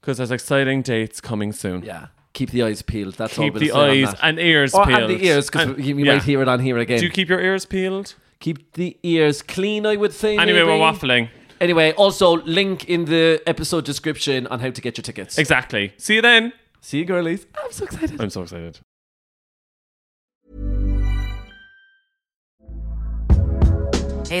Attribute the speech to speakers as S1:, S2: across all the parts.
S1: because there's exciting dates coming soon.
S2: yeah, keep the eyes peeled. That's all
S1: Keep
S2: we'll
S1: the
S2: say on
S1: eyes
S2: that.
S1: and ears
S2: or
S1: peeled.
S2: and the ears because
S1: And-
S2: you, you
S1: yeah.
S2: might hear it on here again.
S1: Do you keep your ears peeled?
S2: keep the ears clean, I would say.
S1: Anyway,
S2: maybe.
S1: we're waffling.
S2: Anyway, also link in the episode description on how to get your tickets.
S1: Exactly. See you then.
S2: See you, girlies. I'm so excited.
S1: I'm so excited.
S3: Hey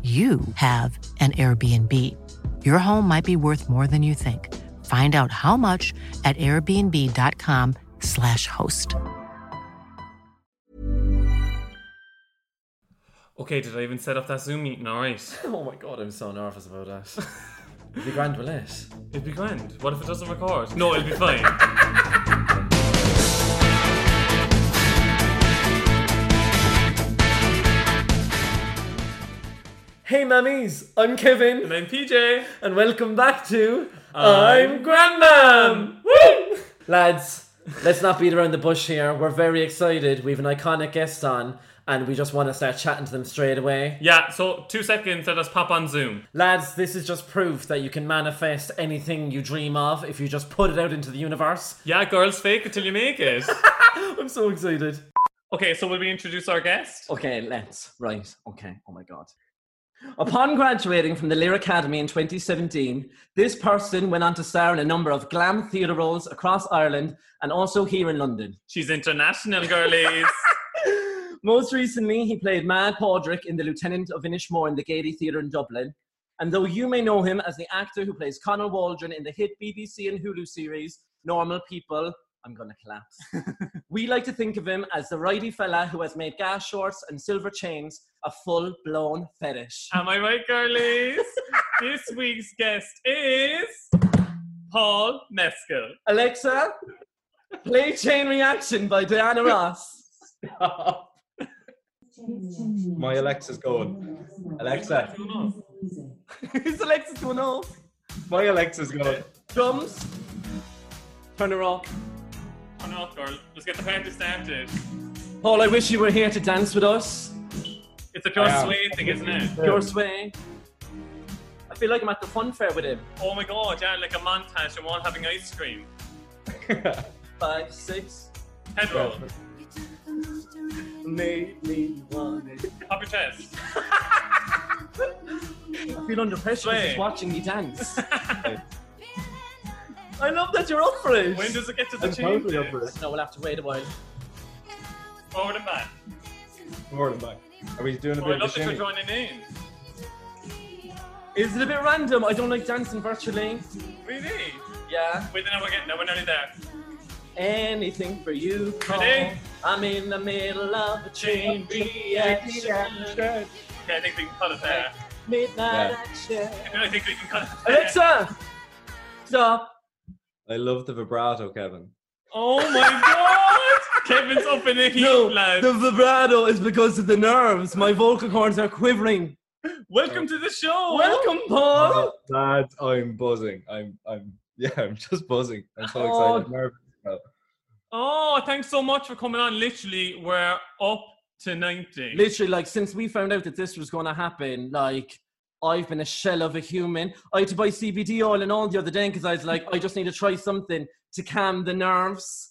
S3: you have an Airbnb. Your home might be worth more than you think. Find out how much at airbnb.com/slash host.
S1: Okay, did I even set up that Zoom meeting? All right.
S2: Oh my god, I'm so nervous about that. the grand roulette.
S1: It'd be grand. What if it doesn't record? No, it'll be fine.
S2: Hey, mammies, I'm Kevin,
S1: and I'm PJ.
S2: and welcome back to
S1: I'm
S2: Grandmam. Woo! Lads, let's not beat around the bush here. We're very excited. We have an iconic guest on, and we just want to start chatting to them straight away.
S1: Yeah, so two seconds, let us pop on Zoom.
S2: Lads, this is just proof that you can manifest anything you dream of if you just put it out into the universe.
S1: Yeah, girls, fake it till you make it.
S2: I'm so excited.
S1: okay, so will we introduce our guest?
S2: Okay, let's. Right. Okay. Oh my God. Upon graduating from the Lear Academy in 2017, this person went on to star in a number of glam theatre roles across Ireland and also here in London.
S1: She's international, girlies.
S2: Most recently, he played Mad Podrick in The Lieutenant of Inishmore in the Gaiety Theatre in Dublin. And though you may know him as the actor who plays Conor Waldron in the hit BBC and Hulu series Normal People, I'm gonna collapse. we like to think of him as the righty fella who has made gas shorts and silver chains a full blown fetish.
S1: Am I right, girlies? this week's guest is Paul Mescal.
S2: Alexa, play Chain Reaction by Diana Ross.
S4: My Alexa's going. Alexa.
S2: Is Alexa going off?
S4: My Alexa's going.
S2: Drums? Turn her off.
S1: Turn it off, girl. Let's get the party started.
S2: Paul, I wish you were here to dance with us.
S1: It's a pure
S4: Yeah.
S1: sway thing, isn't it?
S2: Your sway. I feel like I'm at the fun fair with him.
S1: Oh my god, yeah, like a montage and we're all having ice cream.
S2: Five, six.
S1: Head roll.
S2: Made me want it.
S1: Pop your chest.
S2: I feel under pressure because
S1: Sway.
S2: he's watching me dance. I love that you're up for it.
S1: When does it get to the
S4: I'm totally up for
S1: change?
S4: this.
S2: no, we'll have to wait a while.
S1: Forward and back.
S4: Forward and back. Are we doing a
S1: Oh, I
S4: bit
S1: love
S4: of
S1: that you're
S4: a
S1: joining in.
S2: Is it a bit random? I don't like dancing virtually.
S1: Really?
S2: Yeah.
S1: Wait, then we're getting there. We're nearly there.
S2: Anything for you, Paul.
S1: Ready?
S2: I'm in the middle of a chain reaction.
S1: Okay, I think we can cut it there.
S2: Midnight
S4: Yeah.
S2: action.
S1: I think we can cut it there.
S2: Alexa! Stop.
S4: I love the vibrato, Kevin.
S1: Oh my god! Kevin's up in the heat,
S2: No,
S1: lad.
S2: the vibrato is because of the nerves. My vocal cords are quivering.
S1: Welcome to the show.
S2: Oh, Welcome,
S1: Oh!
S2: Paul.
S4: Lad, I'm buzzing. I'm, I'm, yeah, I'm just buzzing. I'm so
S2: Oh.
S4: excited. Nervous.
S1: Oh, thanks so much for coming on. Literally, we're up to 90.
S2: Literally, like since we found out that this was going to happen, like I've been a shell of a human. I had to buy CBD oil and all the other day because I was like, I just need to try something to calm the nerves.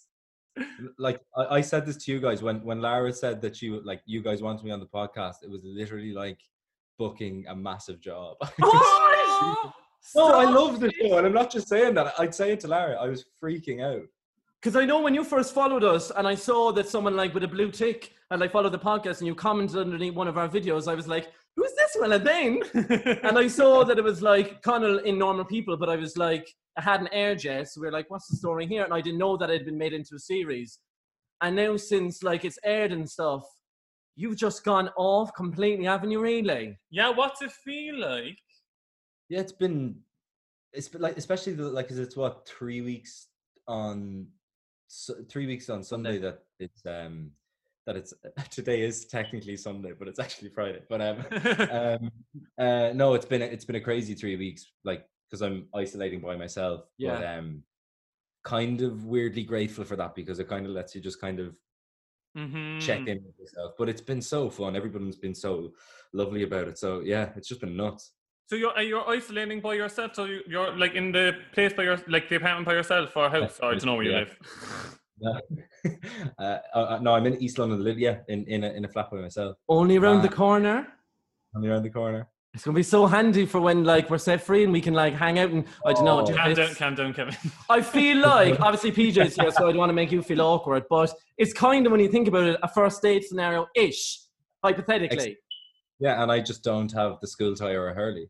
S4: like I, I said this to you guys when when Lara said that she would- like you guys wanted me on the podcast. It was literally like booking a massive job. I was-
S1: Oh!
S4: no,
S2: Oh,
S4: I love the show, and I'm not just saying that. I'd say it to Lara. I was freaking out.
S2: Because I know when you first followed us and I saw that someone like with a blue tick had like followed the podcast and you commented underneath one of our videos, I was like, who's this Well, then? and I saw that it was like Connell in Normal People, but I was like, I hadn't aired yet. So we were like, what's the story here? And I didn't know that it had been made into a series. And now since like it's aired and stuff, you've just gone off completely, haven't you really?
S1: Yeah, what's it feel like?
S4: Yeah, it's been it's been like especially the, like 'cause it's what three weeks on Su- three weeks on Sunday that it's um that it's today is technically Sunday, but it's actually Friday. But um, um uh no, it's been a- it's been a crazy three weeks, like because I'm isolating by myself. But
S2: Yeah.
S4: um kind of weirdly grateful for that because it kind of lets you just kind of
S1: mm-hmm.
S4: check
S2: Mm.
S4: in with yourself. But it's been so fun. Everyone's been so lovely about it. So yeah, it's just been nuts.
S1: So you're are you're isolating by yourself. So you- you're like in the place by your like the apartment by yourself or a house. Or I don't know where you
S4: Yeah.
S1: live.
S4: No. uh, uh, no, I'm in East London, li- yeah, in in a, in a flat by myself.
S2: Only around the
S4: Wow.
S2: corner.
S4: I'm around the corner.
S2: It's gonna be so handy for when like we're set free and we can like hang out and I don't know.
S4: Oh.
S2: do
S1: Calm down,
S2: bits.
S1: calm down, Kevin.
S2: I feel like obviously PJ's here, so I don't want to make you feel awkward, but it's kind of when you think about it, a first date scenario ish, hypothetically.
S4: Yeah, and I just don't have the school tie or a Hurley.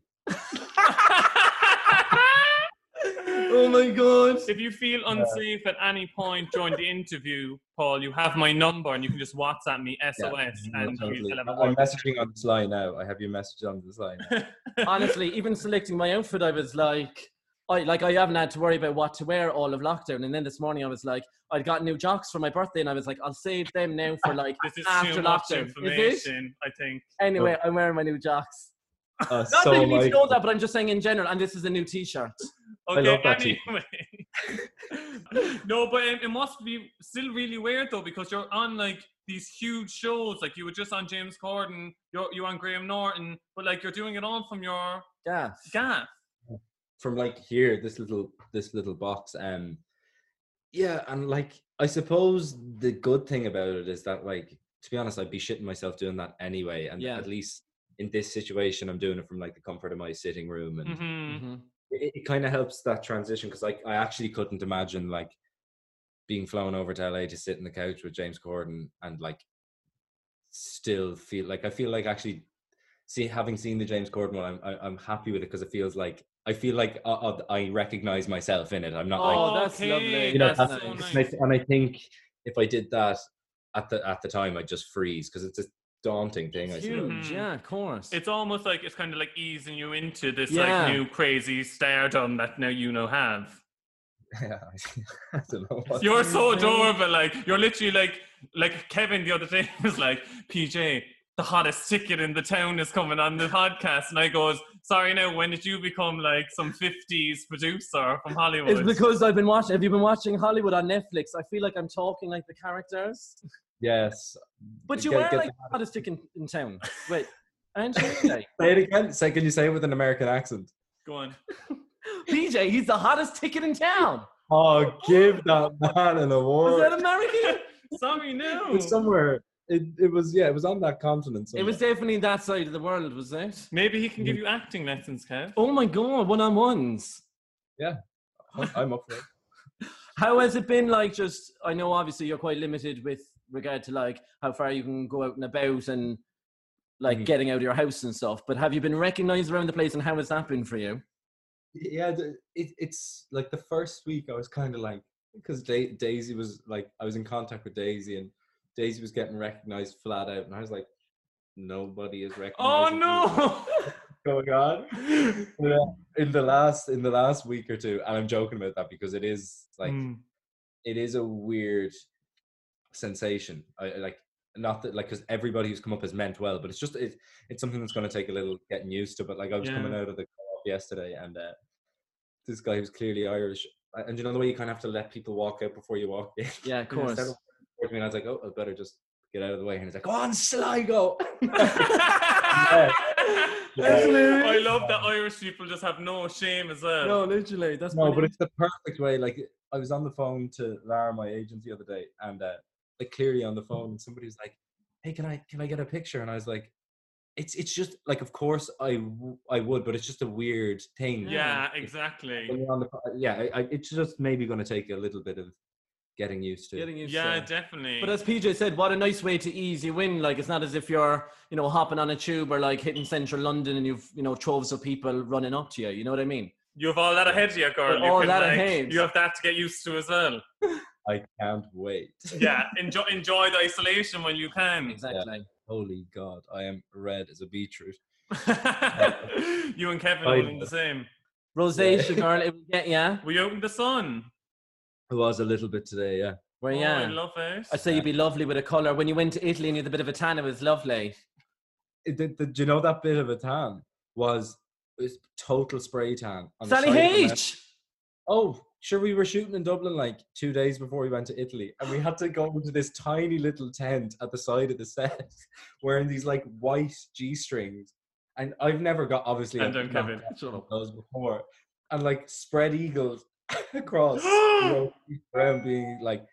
S2: oh my god!
S1: if you feel unsafe at any point during the interview, Paul, you have my number and you can just WhatsApp me
S4: Yeah,
S1: SOS and
S4: totally.
S1: we'll have a
S4: I'm
S1: word.
S4: messaging on the slide now. I have your message on the slide. now.
S2: Honestly, even selecting my outfit, I was like, I like I haven't had to worry about what to wear all of lockdown. And then this morning, I was like, I'd got new jocks for my birthday, and I was like, I'll save them now for like
S1: This is
S2: after
S1: too much
S2: lockdown. Is it?
S1: information, I think.
S2: Anyway, I'm wearing my new jocks.
S4: Oh,
S2: Not
S4: so
S2: that you need to
S4: like-
S2: know that, but I'm just saying in general. And this is a new T-shirt.
S1: Okay,
S4: love that too.
S1: anyway. no, but it, it must be still really weird though because you're on like these huge shows. Like you were just on James Corden, you're you on Graham Norton, but like you're doing it all from your
S2: Yeah.
S1: gaff.
S4: from like here, this little this little box. Um, yeah, and like I suppose the good thing about it is that like to be honest, I'd be shitting myself doing that anyway. And
S2: Yeah.
S4: at least in this situation, I'm doing it from like the comfort of my sitting room and.
S1: Mm-hmm.
S4: it, it kind of helps that transition because like I actually couldn't imagine like being flown over to LA to sit in the couch with James Corden and like still feel like I feel like actually see having seen the James Corden one I'm I, I'm happy with it because it feels like I feel like I, I, I recognize myself in it I'm not like
S2: Oh, that's lovely.
S4: you know
S2: that's
S4: that's-
S2: nice.
S4: it's nice. and I think if I did that at the at the time I'd just freeze because it's a daunting thing I
S2: It's
S4: suppose.
S2: huge. Yeah, of course.
S1: It's almost like it's kind of like easing you into this
S2: Yeah.
S1: like new crazy stardom that now you know have.
S4: yeah I don't know what-
S1: You're so
S2: insane.
S1: adorable. Like you're literally like like Kevin the other day was like PJ. The hottest ticket in the town is coming on the podcast, and I goes, "Sorry, now when did you become like some '50s producer from
S2: It's
S1: Hollywood?"
S2: because I've been watching. Have you been watching Hollywood on Netflix? I feel like I'm talking like the characters.
S4: yes
S2: But you
S4: Get-
S2: are
S4: get
S2: like the hottest chick in, in town. Wait, aren't you? PJ?
S4: Say it again. Say, can you say it with an American accent?
S1: Go on.
S2: PJ, he's the hottest ticket in town.
S4: Oh, give that man an
S2: Was
S4: award.
S2: that American?
S1: Sorry,
S4: it
S1: no.
S4: was somewhere. It, it was yeah. It was on that continent.
S2: It was definitely that side of the world, was it?
S1: Maybe he can give you acting lessons, Kev.
S2: Oh my god, one on ones.
S4: somewhere. I'm up for it.
S2: How has it been like just I know obviously you're quite limited with regard to like how far you can go out and about and like
S4: Mhm.
S2: getting out of your house and stuff, but have you been recognized around the place and how has that been for you?
S4: Yeah, the- it, it's like the first week I was kind of like because da- Daisy was like I was in contact with Daisy and Daisy was getting recognized flat out, and I was like, nobody is recognized.
S1: Oh no!
S4: going on Yeah, in the last in the last week or two and i'm joking about that because it is like
S2: Hmm.
S1: Mm.
S4: it is a weird sensation I, I like not that like because everybody who's come up has meant well but it's just it, it's something that's going to take a little getting used to but like i was coming
S1: Yeah.
S4: out of the co-op yesterday and uh, this guy who's clearly irish uh, and you know the way you kind of have to let people walk out before you walk in
S2: Yeah, of
S4: And instead
S2: course.
S4: of walking in, i was like oh i better just get out of the way and he's like go on sligo
S2: Absolutely.
S1: I love that Irish people just have no shame as well.
S2: No, literally. That's
S4: No, but
S2: brilliant.
S4: it's the perfect way. Like I was on the phone to Lara, my agent, the other day, and uh, like clearly on the
S2: Mm-hmm.
S4: phone, and somebody was like, "Hey, can I can I get a picture?" And I was like, "It's it's just like, of course I w- I would, but it's just a weird thing."
S1: Yeah,
S4: It's- when
S1: exactly.
S4: you're on the pho- yeah, I, I, it's just maybe going to take a little bit of getting used to.
S2: getting used
S1: Yeah,
S2: to it.
S1: definitely.
S2: But as PJ said, what a nice way to ease you in. Like it's not as if you're, you know, hopping on a tube or like hitting central London and you've, you know, troves of people running up to you. You know what I mean?
S1: you have all that ahead of you, girl.
S2: But
S1: you
S2: all
S1: can,
S2: that
S1: like,
S2: ahead.
S1: You have that to get used to as well.
S4: I can't wait.
S1: Yeah, enjoy enjoy the isolation when you can.
S2: Exactly.
S4: Holy God, I am red as a beetroot.
S1: you and Kevin
S4: I
S1: were
S4: know.
S1: in the same.
S2: Rosacea girl, it will get yeah.
S1: Were you out in the sun?
S4: I was a little bit today. Yeah,
S2: Where
S1: Oh, I
S2: yeah.
S1: love it.
S2: I say you'd be lovely with a colour. When you went to Italy and you had a bit of a tan, it was lovely.
S4: It- did, did you know that bit of a tan was was total spray tan. on the
S2: Sally
S4: side of the mountain.
S2: H.
S4: Oh, sure. We were shooting in Dublin like two days before we went to Italy, and we had to go into this tiny little tent at the side of the set, wearing these like white g strings. And I've never got obviously
S1: And
S4: I've
S1: then
S4: not
S1: Kevin.
S4: got
S2: Shut up.
S4: those before, and like spread eagles across the road, around being like,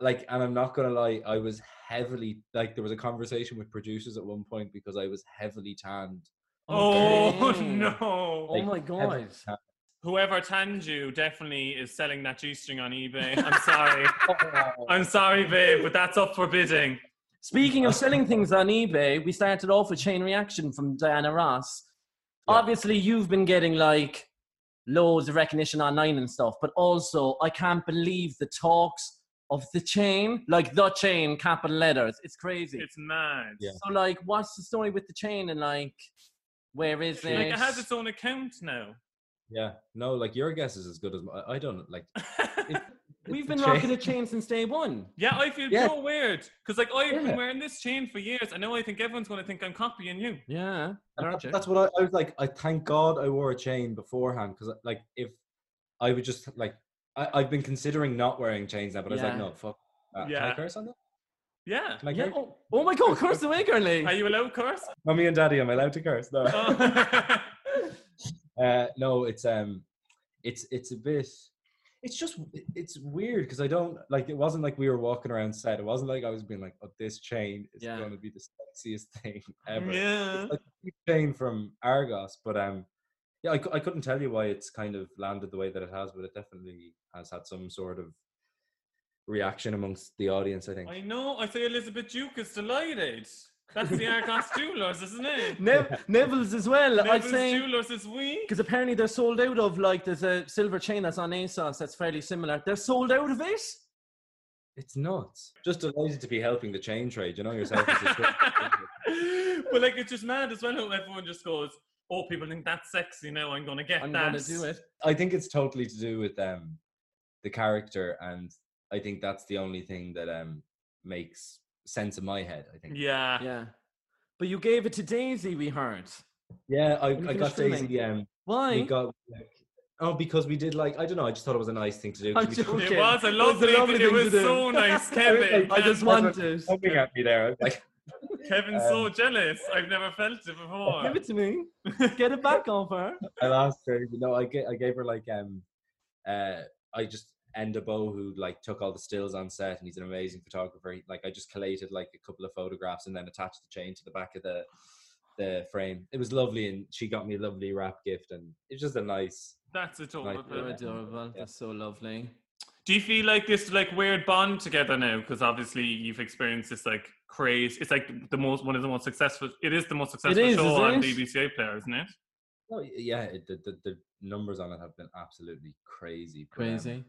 S4: like. And I'm not gonna lie, I was heavily like there was a conversation with producers at one point because I was heavily tanned.
S1: Oh
S2: Okay.
S1: no.
S2: Oh
S4: Like,
S2: my
S4: heavily
S2: god.
S4: tanned.
S1: Whoever tanned you definitely is selling that G string on eBay. I'm sorry. I'm sorry, babe, but that's up for bidding.
S2: Speaking of selling things on eBay, we started off with Chain Reaction from Diana Ross.
S4: Yeah.
S2: Obviously, you've been getting like loads of recognition online and stuff, but also I can't believe the talks of the chain, like the chain, capital letters. It's crazy.
S1: It's mad.
S4: Yeah.
S2: so, like, what's the story with the chain and like, where is it?
S1: Like it has its own account now.
S4: Yeah, no, like your guess is as good as my, I don't like.
S2: We've
S4: the
S2: been
S4: chain-
S2: rocking a chain since day one.
S1: yeah, I feel
S4: Yeah.
S1: so weird because like I've
S4: Yeah.
S1: been wearing this chain for years, and now I think everyone's going to think I'm copying you.
S2: Yeah.
S4: And that-
S2: Gotcha.
S4: that's what I, I was like. I thank God I wore a chain beforehand because like if I would just like I, I've been considering not wearing chains now, but I was
S2: Yeah.
S4: like, no, fuck. That. Can I
S1: Yeah.
S4: curse on that?
S1: Yeah.
S4: Can I
S2: Yeah.
S4: curse?
S2: Oh, oh my god, curse away, girlie.
S1: Are you allowed curse?
S4: Mummy and Daddy, am I allowed to curse? No,
S1: Oh.
S4: uh, no, it's um, it's it's a bit. It's just it- it's weird because I don't like. It wasn't like we were walking around set. It wasn't like I was being like, "Oh, this chain is
S2: Yeah.
S4: going to be the sexiest thing ever."
S1: yeah.
S4: like Shane from Argos, but um, yeah, I, cou- I couldn't tell you why it's kind of landed the way that it has, but it definitely has had some sort of reaction amongst the audience. I think.
S1: I know. I say Elizabeth Duke is delighted. That's the Argos Jewelers, isn't it?
S2: Nev- Neville's as well. I'd
S1: Neville's
S2: say.
S1: Jewelers is weak.
S2: Because apparently they're sold out of like there's a silver chain that's on ASOS that's fairly similar. They're sold out of it.
S4: It's nuts. Just delighted to be helping the chain trade. You know yourself. It's just great.
S1: but like it's just mad as well how everyone just goes, Oh, people think that's sexy now, I'm gonna get
S2: I'm
S1: that.
S2: gonna do it.
S4: I think it's totally to do with um the character, and I think that's the only thing that um makes sense in my head. I think.
S1: Yeah.
S2: Yeah. But you gave it to Daisy, we heard.
S4: Yeah, I,
S2: When you
S4: I
S2: finish
S4: got Daisy.
S2: filming.
S4: Um, we
S2: Why?
S4: got like, oh because we did like I don't know. I just thought it was a nice thing to do.
S2: I'm
S4: 'cause we
S2: joking.
S1: It was a
S2: It was a
S1: lovely,
S2: lovely
S1: it
S2: thing to
S1: was
S2: do.
S1: so nice, Kevin.
S2: I just
S1: And
S2: want Um, it.
S4: Something at me there. I was like,
S1: Kevin's so jealous. I've never felt it before.
S2: Give it to me. Get it back off her.
S4: I asked her, you know, I gave, I gave her like, um, uh, I just Endabo who like took all the stills on set, and he's an amazing photographer. He, like, I just collated like a couple of photographs and then attached the chain to the back of the the frame. It was lovely, and she got me a lovely wrap gift, and it's just a nice.
S1: That's adorable.
S4: Like,
S2: You're
S4: Yeah.
S2: adorable. That's so lovely.
S1: Do you feel like this like weird bond together now? Because obviously you've experienced this like craze. It's like the most one of the most successful. It is the most successful
S2: is,
S1: show
S2: isn't
S1: on
S2: it?
S1: BBC player, isn't it?
S4: Oh, yeah, it, the, the the numbers on it have been absolutely crazy. but, um,
S2: Crazy.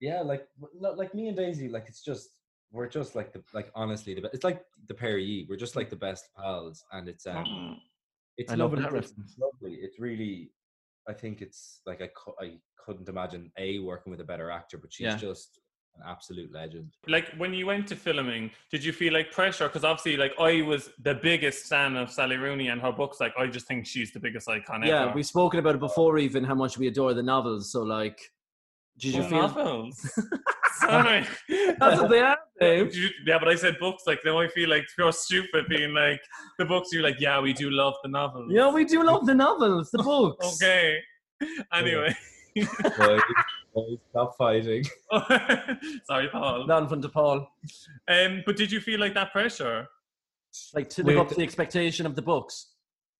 S4: yeah like w- no, like me and daisy like it's just we're just like the like honestly the be- it's like the pair of ye we're just like the best pals and it's um
S1: Mm.
S4: it's
S2: Mm-hmm. I love
S4: lovely
S2: that
S4: it's
S2: reference.
S4: lovely it's really i think it's like i cou- i couldn't imagine a working with a better actor but she's
S2: Yeah.
S4: just an absolute legend
S1: Like when you went to filming, did you feel like pressure? Because obviously, like I was the biggest fan of Sally Rooney and her books. Like I just think she's the biggest icon
S2: Yeah,
S1: ever.
S2: we've spoken about it before even how much we adore the novels. So like
S5: Did you
S1: Well,
S5: feel?
S1: novels. Sorry.
S2: That's what they are, babe.
S1: Did you- yeah, but I said books. Like now I feel like pure stupid being like the books. You're like, yeah, we do love the novels.
S2: Yeah, we do love the novels, the books.
S1: Okay. Anyway.
S4: Boys, boys, stop fighting.
S1: Sorry, Paul.
S2: Not in front of Paul.
S1: Um, but did you feel like that pressure
S2: Like to live
S4: Wait.
S2: up to the expectation of the books.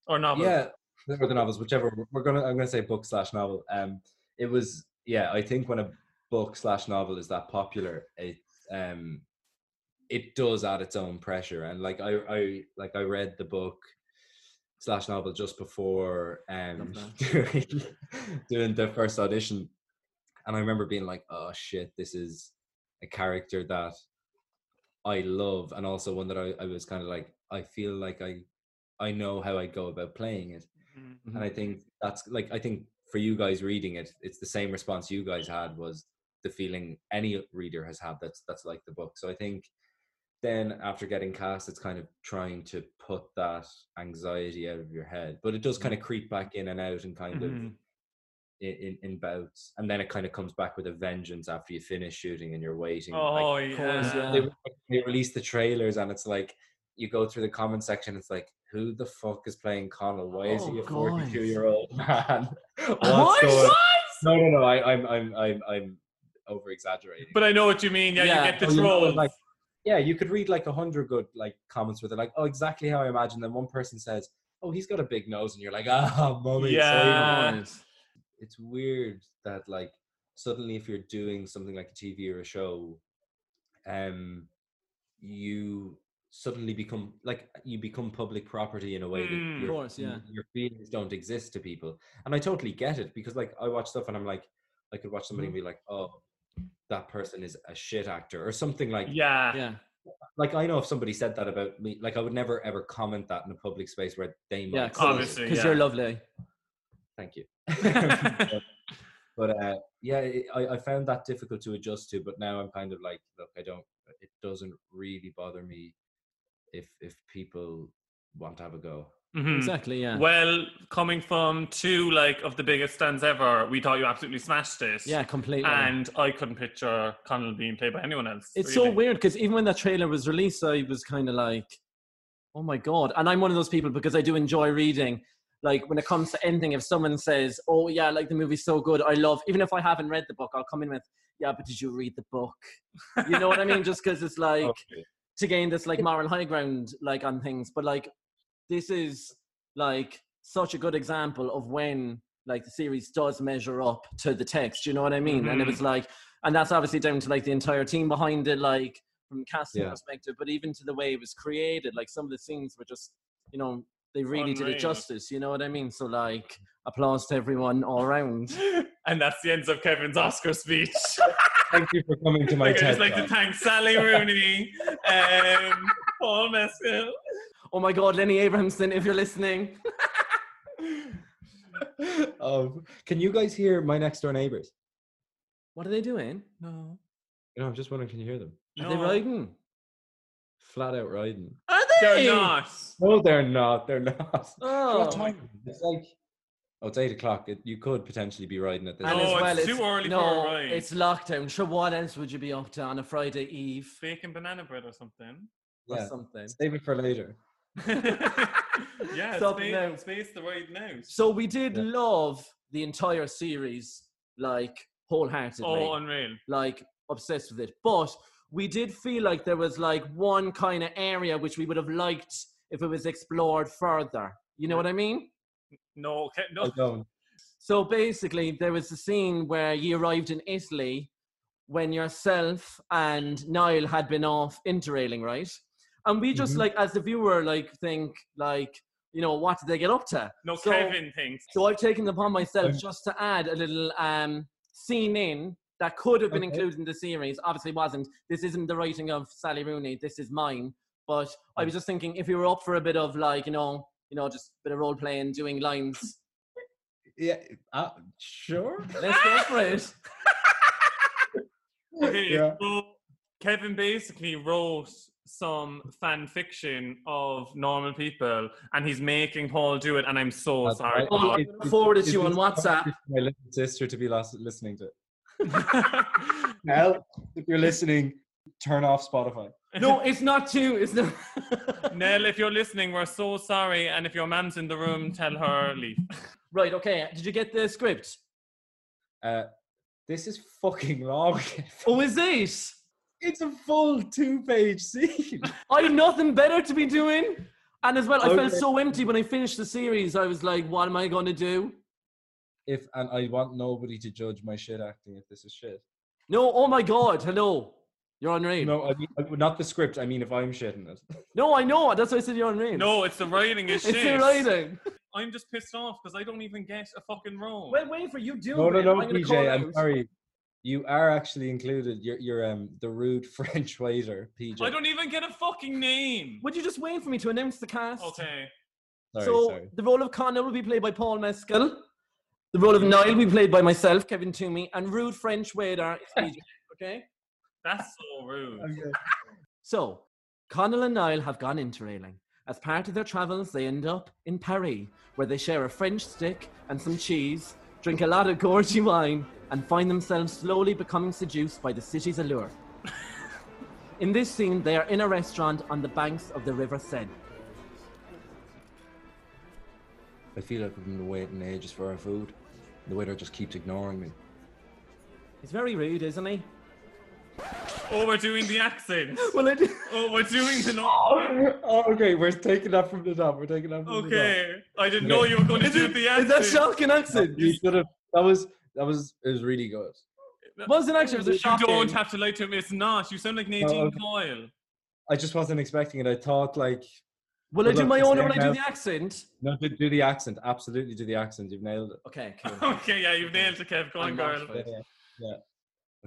S1: or novels?
S4: Yeah, they were the novels, whichever we're gonna. I'm gonna say book slash novel. Um, it was yeah. I think when a book slash novel is that popular, it um, it does add its own pressure. And like I, I like I read the book slash novel just before um
S2: Love
S4: doing, doing the first audition, and I remember being like, oh shit, this is a character that I love, and also one that I, I was kind of like, I feel like I, I know how I go about playing it,
S2: Mm-hmm.
S4: and I think that's like I think for you guys reading it, it's the same response you guys had was the feeling any reader has had that's that's like the book. So I think then after getting cast, it's kind of trying to put that anxiety out of your head, but it does kind of creep back in and out and kind of
S1: Mhm.
S4: i- in, in bouts, and then it kind of comes back with a vengeance after you finish shooting and you're waiting. like,
S1: Oh
S2: Of course,
S1: yeah.
S2: yeah.
S4: they, re- they release the trailers and it's like you go through the comment section it's like who the fuck is playing Connell why is
S2: Oh,
S4: he a
S2: guys.
S4: 42 year old man what's
S2: What?
S4: going no no no I, I'm I'm I'm I'm over exaggerating
S1: But I know what you mean. Yeah,
S2: Yeah.
S1: you get the
S4: Oh, you know,
S1: trolls.
S4: like- yeah you could read like a hundred good like comments where they're like oh exactly how I imagine then one person says oh he's got a big nose and you're like ah mommy
S1: Yeah.
S4: save him." it's weird that like suddenly if you're doing something like a TV or a show, um, you suddenly become like you become public property in a way
S1: Mm.
S4: that
S1: Of
S4: your-
S2: course, yeah.
S4: your feelings don't exist to people. And I totally get it because like I watch stuff and I'm like, I could watch
S1: Mm-hmm.
S4: somebody and be like, oh, that person is a shit actor or something like
S1: yeah.
S2: Yeah.
S4: like I know if somebody said that about me, like I would never ever comment that in a public space where they might
S2: Yeah,
S4: say it.
S1: Obviously,
S2: Because
S1: yeah.
S2: you're lovely.
S4: Thank you. but uh, yeah, it, I, I found that difficult to adjust to. But now I'm kind of like, look, I don't. It doesn't really bother me if if people want to have a go.
S1: Mhm.
S2: Exactly, yeah.
S1: Well, coming from two like of the biggest stands ever, we thought you absolutely smashed it.
S2: yeah, completely.
S1: And I couldn't picture Connell being played by anyone else.
S2: it's so
S1: really.
S2: weird because even when that trailer was released, I was kind of like, oh my God. And I'm one of those people because I do enjoy reading. Like when it comes to anything, if someone says, oh yeah, like the movie's so good, I love, even if I haven't read the book, I'll come in with, yeah, but did you read the book? You know what I mean? Just because it's like, to gain this like moral high ground like on things but like this is like such a good example of when like the series does measure up to the text you know what i mean and it
S1: Mhm.
S2: was like and that's obviously down to like the entire team behind it like from casting
S4: Yeah.
S2: perspective but even to the way it was created like some of the scenes were just you know they really did
S1: Unreal.
S2: it justice you know what i mean so like applause to everyone all around
S1: and that's the end of Kevin's Oscar speech.
S4: Thank you for coming to my
S1: Like, I'd
S4: TED
S1: just like to
S4: Talk.
S1: thank Sally Rooney, um, Paul Mescal.
S2: oh my god lenny abramson if you're listening
S4: Um, can you guys hear my next door neighbors?
S2: what are they doing no
S4: You know, I'm just wondering, can you hear them?
S2: are they riding
S4: Flat out riding.
S2: are
S1: They're not.
S4: No, they're not. They're not.
S2: Oh,
S4: It's like oh, it's eight o'clock. It, you could potentially be riding at this.
S1: And
S2: And
S1: No, Oh, it's
S2: as
S4: hour.
S2: well,
S1: too early for a
S2: no,
S1: ride.
S2: it's lockdown. Sure, what else would you be up to on a Friday Eve
S1: Bacon banana bread or something.
S2: or
S4: Yeah.
S2: something?
S4: Save it for later.
S1: yeah,
S2: Stop
S1: space,
S2: now.
S1: space the right now.
S2: So we did
S4: Yeah.
S2: love the entire series, like wholeheartedly,
S1: Oh, unreal.
S2: like obsessed with it. But we did feel like there was like one kind of area which we would have liked if it was explored further. You know what I mean?
S1: No, Ke-
S4: I
S1: no.
S4: don't.
S2: So basically, there was a scene where you arrived in Italy when yourself and Niall had been off interrailing, right? And we just
S4: Mhm.
S2: like, as the viewer, like think like, you know, what did they get up to?
S1: No,
S2: So-
S1: Kevin thinks.
S2: So I've taken it upon myself
S4: Um,
S2: just to add a little um, scene in that could have been
S4: Okay.
S2: included in the series. Obviously, wasn't. This isn't the writing of Sally Rooney. This is mine. But I was just thinking, if you were up for a bit of like, you know, you know, just a bit of role playing, doing lines,
S4: Yeah. Uh, sure.
S2: let's go for it.
S1: Okay,
S4: Yeah.
S1: so Kevin basically wrote some fan fiction of normal people, and he's making Paul do it. And I'm so
S4: That's
S1: Oh, sorry.
S4: right.
S2: Paul,
S1: Paul.
S2: I'm gonna forward it to you on WhatsApp.
S4: My little sister to be lost, listening to. Al, if you're listening, turn off Spotify.
S2: No, it's not two. It's not.
S1: Nell, if you're listening, we're so sorry. And if your mom's in the room, tell her leave.
S2: right. Okay. Did you get the script?
S4: Uh, this is fucking long.
S2: Oh, is it?
S4: it's a full two-page scene.
S2: I have nothing better to be doing. And as well, I felt
S4: Okay.
S2: so empty when I finished the series. I was like, what am I going to do?
S4: If and I want nobody to judge my shit acting if this is shit.
S2: No, oh my God, hello. You're on rain. No.
S4: No, I mean, I- not the script. I mean, if I'm shitting it.
S2: I know. That's why I said you're on rain.
S1: No, it's the writing is
S2: it's
S1: shit.
S2: the writing.
S1: I'm just pissed off because I don't even get a fucking role.
S2: Well, wait for you do.
S4: No, no,
S2: it.
S4: no,
S2: I'm gonna call
S4: PJ. I'm
S2: out.
S4: sorry. You are actually included. You're, you're um the rude French waiter, PJ.
S2: Oh
S1: I don't even get a fucking name.
S2: Would you just wait for me to announce the cast?
S1: Okay.
S4: Sorry,
S2: so
S4: sorry.
S2: the role of Connell will be played by Paul Mescal. The role of Niall will be played by myself, Kevin Toomey, and rude French waiter is PJ. Okay.
S1: That's so rude.
S2: So, Connell and Niall have gone interrailing. As part of their travels, they end up in Paris, where they share a French stick and some cheese, drink a lot of gorgy wine, and find themselves slowly becoming seduced by the city's allure. in this scene, they are in a restaurant on the banks of the River Seine.
S4: I feel like we've been waiting ages for our food. The waiter just keeps ignoring me.
S2: He's very rude, isn't he?
S1: Oh, we're doing the accent.
S2: Well, it.
S1: Oh, we're doing the. No-
S4: oh, okay, we're taking that from the top. We're taking that from the top.
S1: okay. I didn't know you were going to do the
S2: Oh, Is
S1: accent.
S2: that shocking accent?
S4: You should have. That was that was it was really good.
S2: was an accent. It was a
S1: You
S2: shocking. Oh,
S1: don't have to lie to him. It's not. You sound like Nadine
S4: okay.
S1: Doyle.
S4: I just wasn't expecting it. I thought like
S2: Will I
S4: Good
S2: do
S4: luck
S2: my
S4: to
S2: own or
S4: Sam
S2: will I do
S4: now.
S2: the accent?
S4: no, do, do the accent. Absolutely, do the accent. You've nailed it.
S2: Okay, cool.
S1: Okay, yeah, you've nailed it, Kev. Go on,
S2: I'm not
S1: girl.
S2: sure. Right.
S4: Yeah, yeah.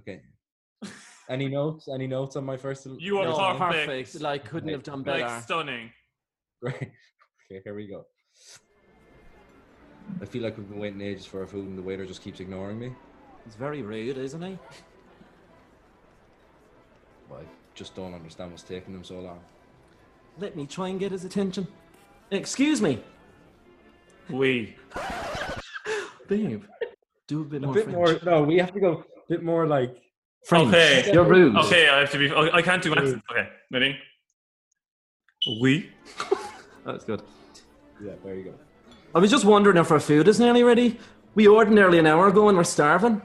S4: Okay. Any notes? Any notes on my first? l-
S1: You are
S4: first
S2: No,
S1: perfect.
S4: line?
S2: Oh, Like, couldn't have done better.
S1: Like, stunning.
S4: Great. Okay, here we go. I feel like we've been waiting ages for our food, and the waiter just keeps ignoring me.
S2: He's very rude, isn't he?
S4: Well, I just don't understand what's taking them so long.
S2: Let me try and get his attention. Excuse me,
S1: We.
S2: babe. Do a bit
S4: A
S2: more
S4: bit
S2: French.
S4: more. No, we have to go a bit more like.
S2: French.
S1: Okay.
S2: You're rude.
S1: Okay, I have to be. oh, I can't do an accent. Okay, ready? We.
S2: That's good.
S4: Yeah, there you go.
S2: I was just wondering if our food is nearly ready. We ordered nearly an hour ago and we're starving.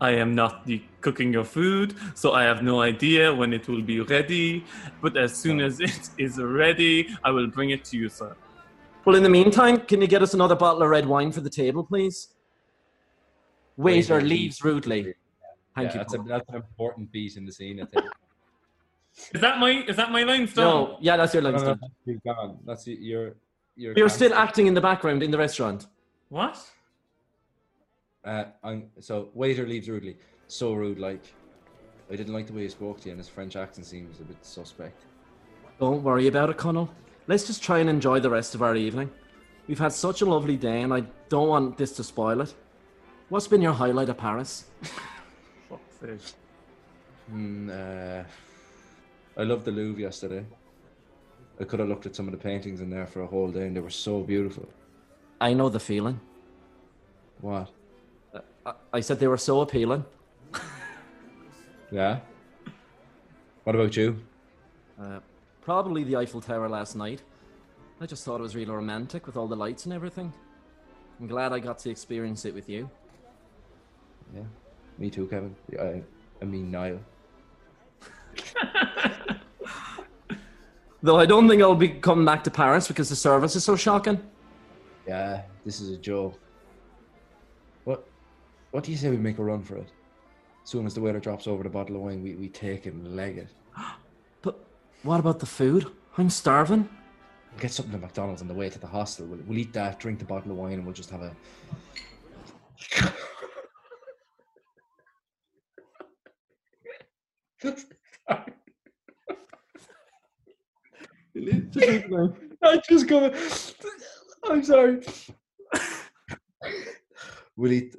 S1: I am not the cooking your food, so I have no idea when it will be ready. But as soon as it is ready, I will bring it to you, sir.
S2: Well, in the meantime, can you get us another bottle of red wine for the table, please?
S4: Waiter
S2: Waiter leaves
S4: leaves
S2: rudely. Thank
S4: yeah,
S2: you.
S4: that's, a,
S2: Paul.
S4: that's an important beat in the scene. I think.
S1: Is that my is that my line stone?
S2: no, yeah, that's your line.
S4: no, no,
S2: Steve.
S4: you're gone. That's y- your. your
S2: You're still
S4: concept.
S2: acting in the background in the restaurant.
S1: What?
S4: Uh, I'm, so waiter leaves rudely. So rude, like. I didn't like the way he spoke to you, and his French accent seems a bit suspect.
S2: Don't worry about it, Connell. Let's just try and enjoy the rest of our evening. We've had such a lovely day, and I don't want this to spoil it. What's been your highlight of Paris?
S1: Fuck's sake.
S4: Mm, uh, I loved the Louvre yesterday. I could have looked at some of the paintings in there for a whole day, and they were so beautiful.
S2: I know the feeling.
S4: What?
S2: I, I said they were so appealing.
S4: Yeah. What about you?
S2: Uh, probably the Eiffel Tower last night. I just thought it was really romantic with all the lights and everything. I'm glad I got to experience it with you.
S4: Yeah. Me too, Kevin. Yeah, I, I mean Niall.
S2: Though I don't think I'll be coming back to Paris because the service is so shocking.
S4: Yeah. This is a joke. What? What do you say we make a run for it? Soon as the waiter drops over the bottle of wine, we, we take it and leg it.
S2: But what about the food? I'm starving.
S4: We'll get something at McDonald's on the way to the hostel. We'll, we'll eat that, drink the bottle of wine, and we'll just have a. I just go. I'm sorry. we'll eat.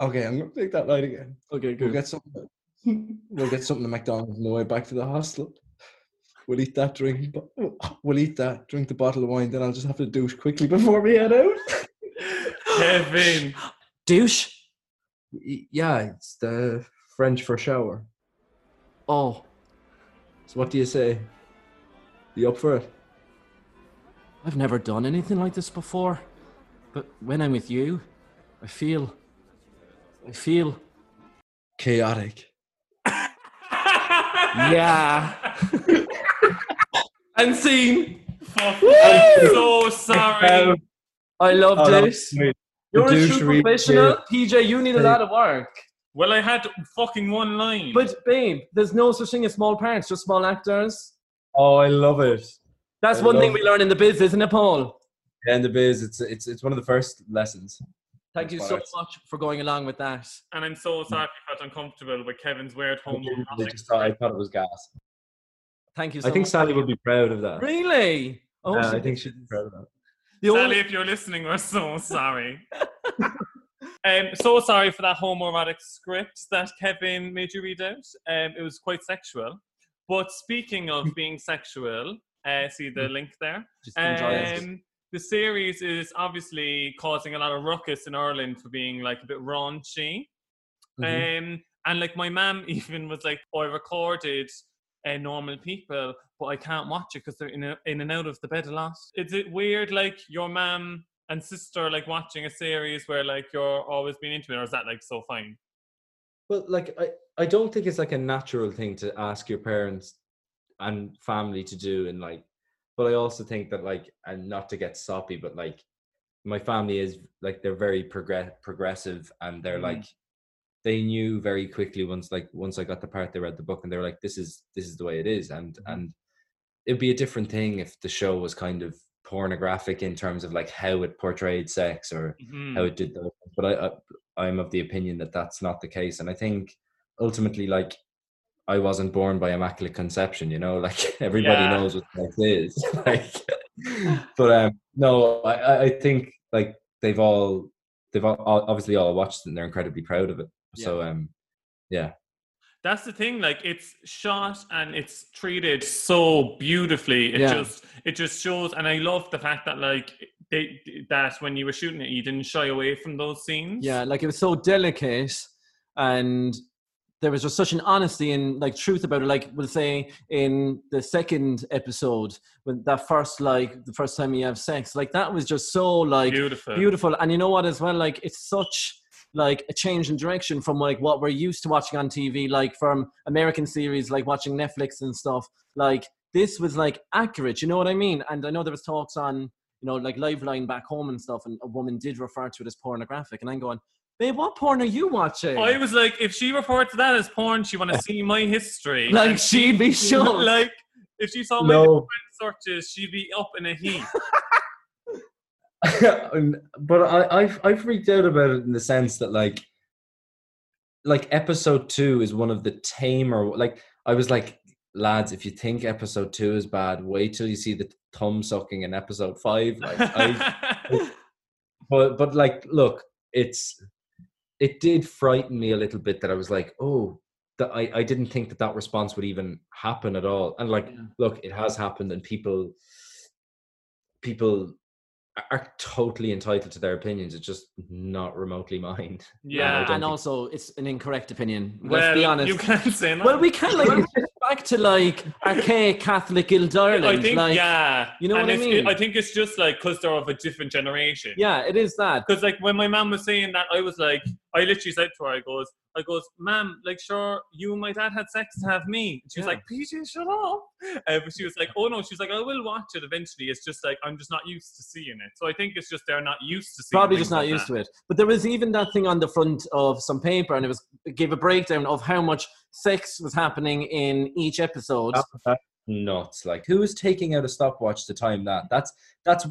S4: Okay, I'm gonna take that line again.
S2: Okay,
S4: We'll get something. we'll get something at McDonald's on the way back to the hostel. We'll eat that drink. bo- We'll eat that drink the bottle of wine. Then I'll just have to douche quickly before we head out.
S1: Kevin.
S2: Douche.
S5: Y- Yeah, it's the French for shower.
S2: Oh,
S5: So what do you say? You up for it?
S2: I've never done anything like this before. But when I'm with you, I feel. I feel.
S5: Chaotic.
S2: Yeah. and scene.
S1: Fuck, I'm so sorry.
S2: I loved
S4: Oh, that
S2: it.
S4: was great.
S2: You're a
S5: douche
S2: true
S5: really
S2: professional, PJ. You need a
S5: Hey.
S2: lot of work.
S1: Well, I had fucking one line.
S2: But babe, there's no such thing as small parts, just small actors.
S4: Oh, I love it.
S2: That's
S4: I
S2: one thing
S4: love
S2: we learn in the biz, isn't it, Paul?
S4: Yeah, in the biz, it's it's it's one of the first lessons.
S2: Thank you
S4: That's
S2: so
S4: right.
S2: much for going along with that.
S1: and I'm so sorry if you felt uncomfortable with Kevin's weird
S4: I
S2: Oh,
S1: home.
S4: genuinely just thought I thought it was gas.
S2: Thank you so
S4: I think
S2: much.
S4: Sally would be proud of that.
S2: Really? Oh,
S4: Yeah,
S2: she
S4: I think
S2: is.
S4: she'd be proud of that.
S2: The only-
S1: Sally, if you're listening, we're so sorry. um, so sorry for that homoerotic script that Kevin made you read out. Um, it was quite sexual. But speaking of being sexual, uh, see
S2: Mm.
S1: the link there.
S2: Just enjoy it.
S1: Um, the series is obviously causing a lot of ruckus in Ireland for being like a bit raunchy.
S2: Mm-hmm.
S1: Um, and like my mum even was like, I recorded uh, normal people, but I can't watch it because they're in, a, in and out of the bed a lot. Is it weird, like your mum and sister, like watching a series where like you're always being intimate, or is that like so fine?
S4: Well, like I, I don't think it's like a natural thing to ask your parents and family to do, and like, but I also think that like, and not to get soppy, but like, my family is like they're very progress progressive, and they're
S1: Mm.
S4: like, they knew very quickly once like once I got the part, they read the book, and they were like, this is this is the way it is, and and it'd be a different thing if the show was kind of pornographic in terms of like how it portrayed sex or
S1: Hmm.
S4: how it did those. But I, I, I'm of the opinion that that's not the case, and I think ultimately, like, I wasn't born by immaculate conception. You know, like everybody
S1: Yeah.
S4: knows what sex is. like, but um, no, I, I- I think like they've all, they've all, all- obviously all watched it, and they're incredibly proud of it. So um,
S1: That's the thing, like it's shot and it's treated so beautifully. It
S2: Yeah.
S1: just it just shows and I love the fact that like they that when you were shooting it you didn't shy away from those scenes.
S2: Yeah, like it was so delicate, and there was just such an honesty and like truth about it. Like we'll say in the second episode, when that first like the first time you have sex, like that was just so like
S1: Beautiful.
S2: beautiful. And you know what, as well, like it's such like a change in direction from like what we're used to watching on TV, like from American series, like watching Netflix and stuff. Like this was like accurate, you know what I mean? And I know there was talks on, you know, like Liveline back home and stuff, and a woman did refer to it as pornographic, and I'm going, babe, what porn are you watching?
S1: I was like, if she reports that as porn, she wanna see my history.
S2: like she'd be shocked.
S1: like if she saw my
S4: no,
S1: searches, she'd be up in a heap.
S4: And- but I, I've I freaked out about it in the sense that like, like episode two is one of the tamer. Like I was like, lads, if you think episode two is bad, wait till you see the thumb sucking in episode five. Like, I, but but like, look, it's it did frighten me a little bit that I was like, oh, that I I didn't think that that response would even happen at all. And like,
S2: Yeah.
S4: look, it has happened, and people people are totally entitled to their opinions. It's just not remotely mine.
S1: yeah.
S4: don't
S2: and
S4: think-
S2: also it's an incorrect opinion. Let's
S1: well,
S2: be honest.
S1: you can't say that.
S2: well, we can like back to like archaic Catholic Guild Ireland.
S1: I think,
S2: like,
S1: yeah.
S2: you know
S1: and
S2: what I
S1: it's-
S2: mean?
S1: I think it's just like because they're of a different generation.
S2: yeah, it is that.
S1: Because like when my mum was saying that, I was like, I literally said to her, I goes, I goes, ma'am, like sure, you and my dad had sex to have me. She was
S2: Yeah.
S1: like, PJ, shut up. Uh, but she was like, oh no, she's like, I will watch it eventually. It's just like I'm just not used to seeing it. So I think it's just they're not used to seeing.
S2: probably just not used to it. But there was even that thing on the front of some paper, and it was it gave a breakdown of how much sex was happening in each episode.
S1: Oh.
S4: That- that's nuts. Like, who is taking out a stopwatch to time that? That's that's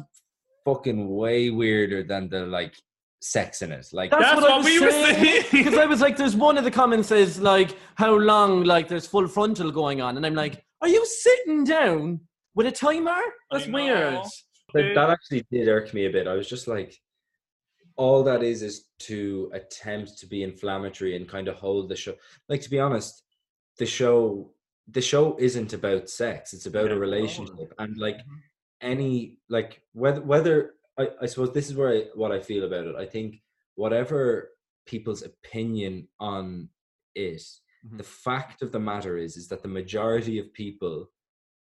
S4: fucking way weirder than the like sex in it. Like,
S2: That's,
S1: That's
S2: what, I
S1: what
S2: was
S1: we were saying.
S2: Because I was like, "There's one of the comments says like how long like there's full frontal going on," and I'm like, "Are you sitting down with a timer? That's
S1: know.
S2: weird."
S4: that, that actually did irk me a bit. I was just like, all that is is to attempt to be inflammatory and kind of hold the show. Like to be honest, the show the show isn't about sex. It's about
S1: Yeah,
S4: a
S1: no.
S4: relationship and like any like whether whether I, I suppose this is where I, what I feel about it. I think whatever people's opinion on it.
S2: Mhm.
S4: The fact of the matter is, is that the majority of people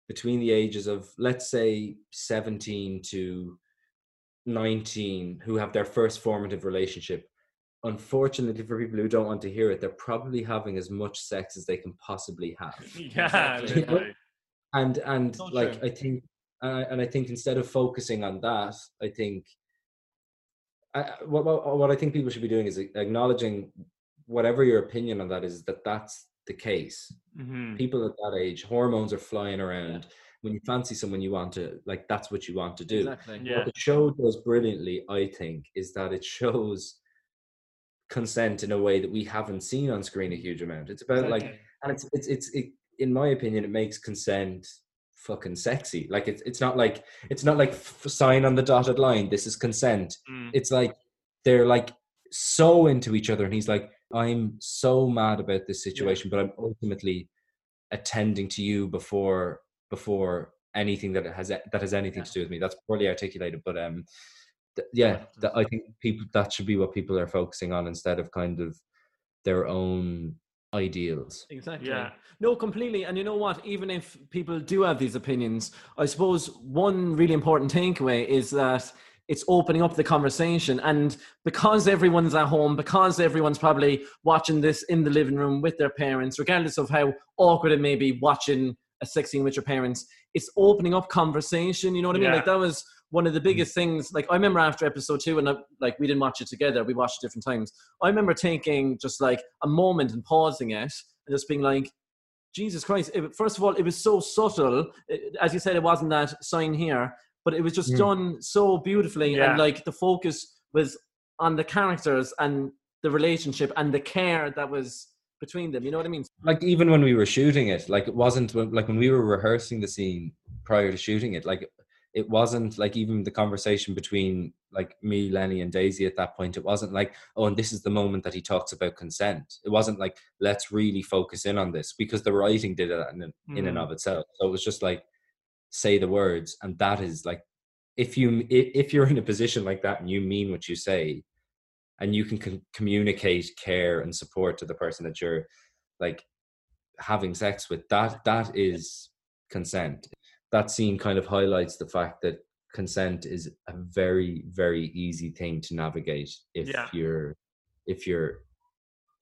S4: between the ages of, let's say, 17 to 19, who have their first formative relationship, unfortunately for people who don't want to hear it, they're probably having as much sex as they can possibly have
S1: Yeah,
S2: Exactly.
S1: literally.
S4: and and
S2: So
S4: like
S2: true.
S4: i think and I, and I think instead of focusing on that i think I, I- what, what what i think people should be doing is a- acknowledging whatever your opinion on that is that that's the case
S2: Mm.
S1: Mhm.
S4: people at that age hormones are flying around when you fancy someone you want to like that's what you want to do
S2: Exactly.
S1: Yeah.
S4: what the show does brilliantly, I think, is that it shows consent in a way that we haven't seen on screen a huge amount. It's about like,
S1: Exactly.
S4: and it's it's it's it, in my opinion, it makes consent fucking sexy. Like it's it's not like it's not like f- sign on the dotted line. This is consent.
S1: Mm.
S4: It's like they're like so into each other, and he's like, I'm so mad about this situation, but I'm ultimately attending to you before before anything that it has that has anything to do with me. That's poorly articulated, but um, th- yeah, that, I think people that should be what people are focusing on instead of kind of their own ideals.
S2: Exactly.
S1: Yeah.
S2: No, completely. And you know what? Even if people do have these opinions, I suppose one really important takeaway is that it's opening up the conversation. And because everyone's at home, because everyone's probably watching this in the living room with their parents, regardless of how awkward it may be watching a sex scene with your parents, it's opening up conversation. You know what I mean?
S1: Yeah.
S2: Like that was one of the biggest things. Like I remember after episode two, and I, like we didn't watch it together, we watched it different times. I remember taking just like a moment and pausing it and just being like, Jesus Christ. It, first of all, it was so subtle. It- as you said, it wasn't that sign here, but it was just
S4: Mm.
S2: done so beautifully.
S1: Hmm. Yeah.
S2: And like the focus was on the characters and the relationship and the care that was between them. You know what I mean?
S4: Like even when we were shooting it, like it wasn't when- like when we were rehearsing the scene prior to shooting it, like it wasn't like even the conversation between like me, Lenny, and Daisy at that point. It wasn't like oh, and this is the moment that he talks about consent. It wasn't like let's really focus in on this because the writing did that in, in and
S1: Mm.
S4: of itself. So it was just like say the words, and that is like if you i- if you're in a position like that and you mean what you say, and you can con- communicate care and support to the person that you're like having sex with, that that is consent. That scene kind of highlights the fact that consent is a very very easy thing to navigate if
S1: Yeah.
S4: you're if you're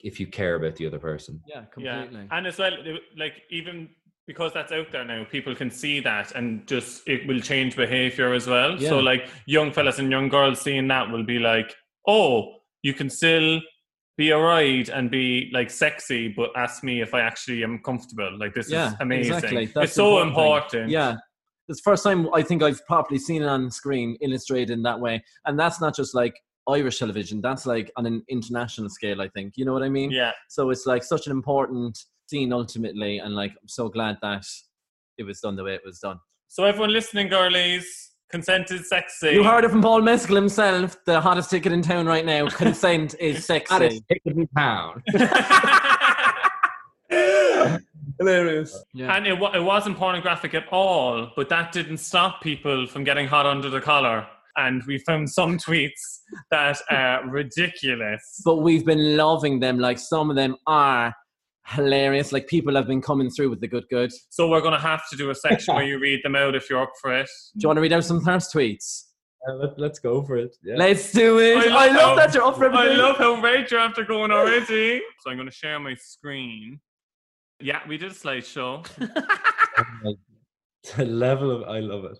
S4: if you care about the other person.
S2: Yeah,
S1: Yeah. And as well, it- like even because that's out there now, people can see that and just it will change behavior as well. So
S2: Yeah.
S1: like young fellas and young girls seeing that will be like, oh, you can still be alright and be like sexy, but ask me if I actually am comfortable. Like this
S2: Yeah,
S1: is amazing.
S2: exactly. That's
S1: It's so
S2: the important
S1: important.
S2: Yeah. It's the first time I think I've properly seen it on screen illustrated in that way. And that's not just like Irish television, that's like on an international scale, I think. You know what I mean?
S1: Yeah.
S2: So it's like such an important scene ultimately, and like I'm so glad that it was done the way it was done.
S1: So everyone listening, girlies, consent is sexy.
S2: You heard it from Paul Mescal himself, the hottest ticket in town right now. Consent is sexy.
S4: town.
S5: Hilarious.
S2: Yeah.
S1: And it, wa- it wasn't pornographic at all, but that didn't stop people from getting hot under the collar. And we found some tweets that are ridiculous.
S2: But we've been loving them. Like some of them are hilarious. Like people have been coming through with the good good. Do
S1: So we're going to have to do a section where you read them out if you're up for it.
S2: you want to read out some thirst tweets?
S4: let, us go for it. Yeah.
S2: Let's do it.
S1: I
S2: I
S1: love
S2: love,
S1: how-
S2: that you're up for
S1: I
S2: everything.
S1: love how rage you're after going already. So I'm going to share my screen. Yeah, we did a slideshow.
S4: the level of I love it.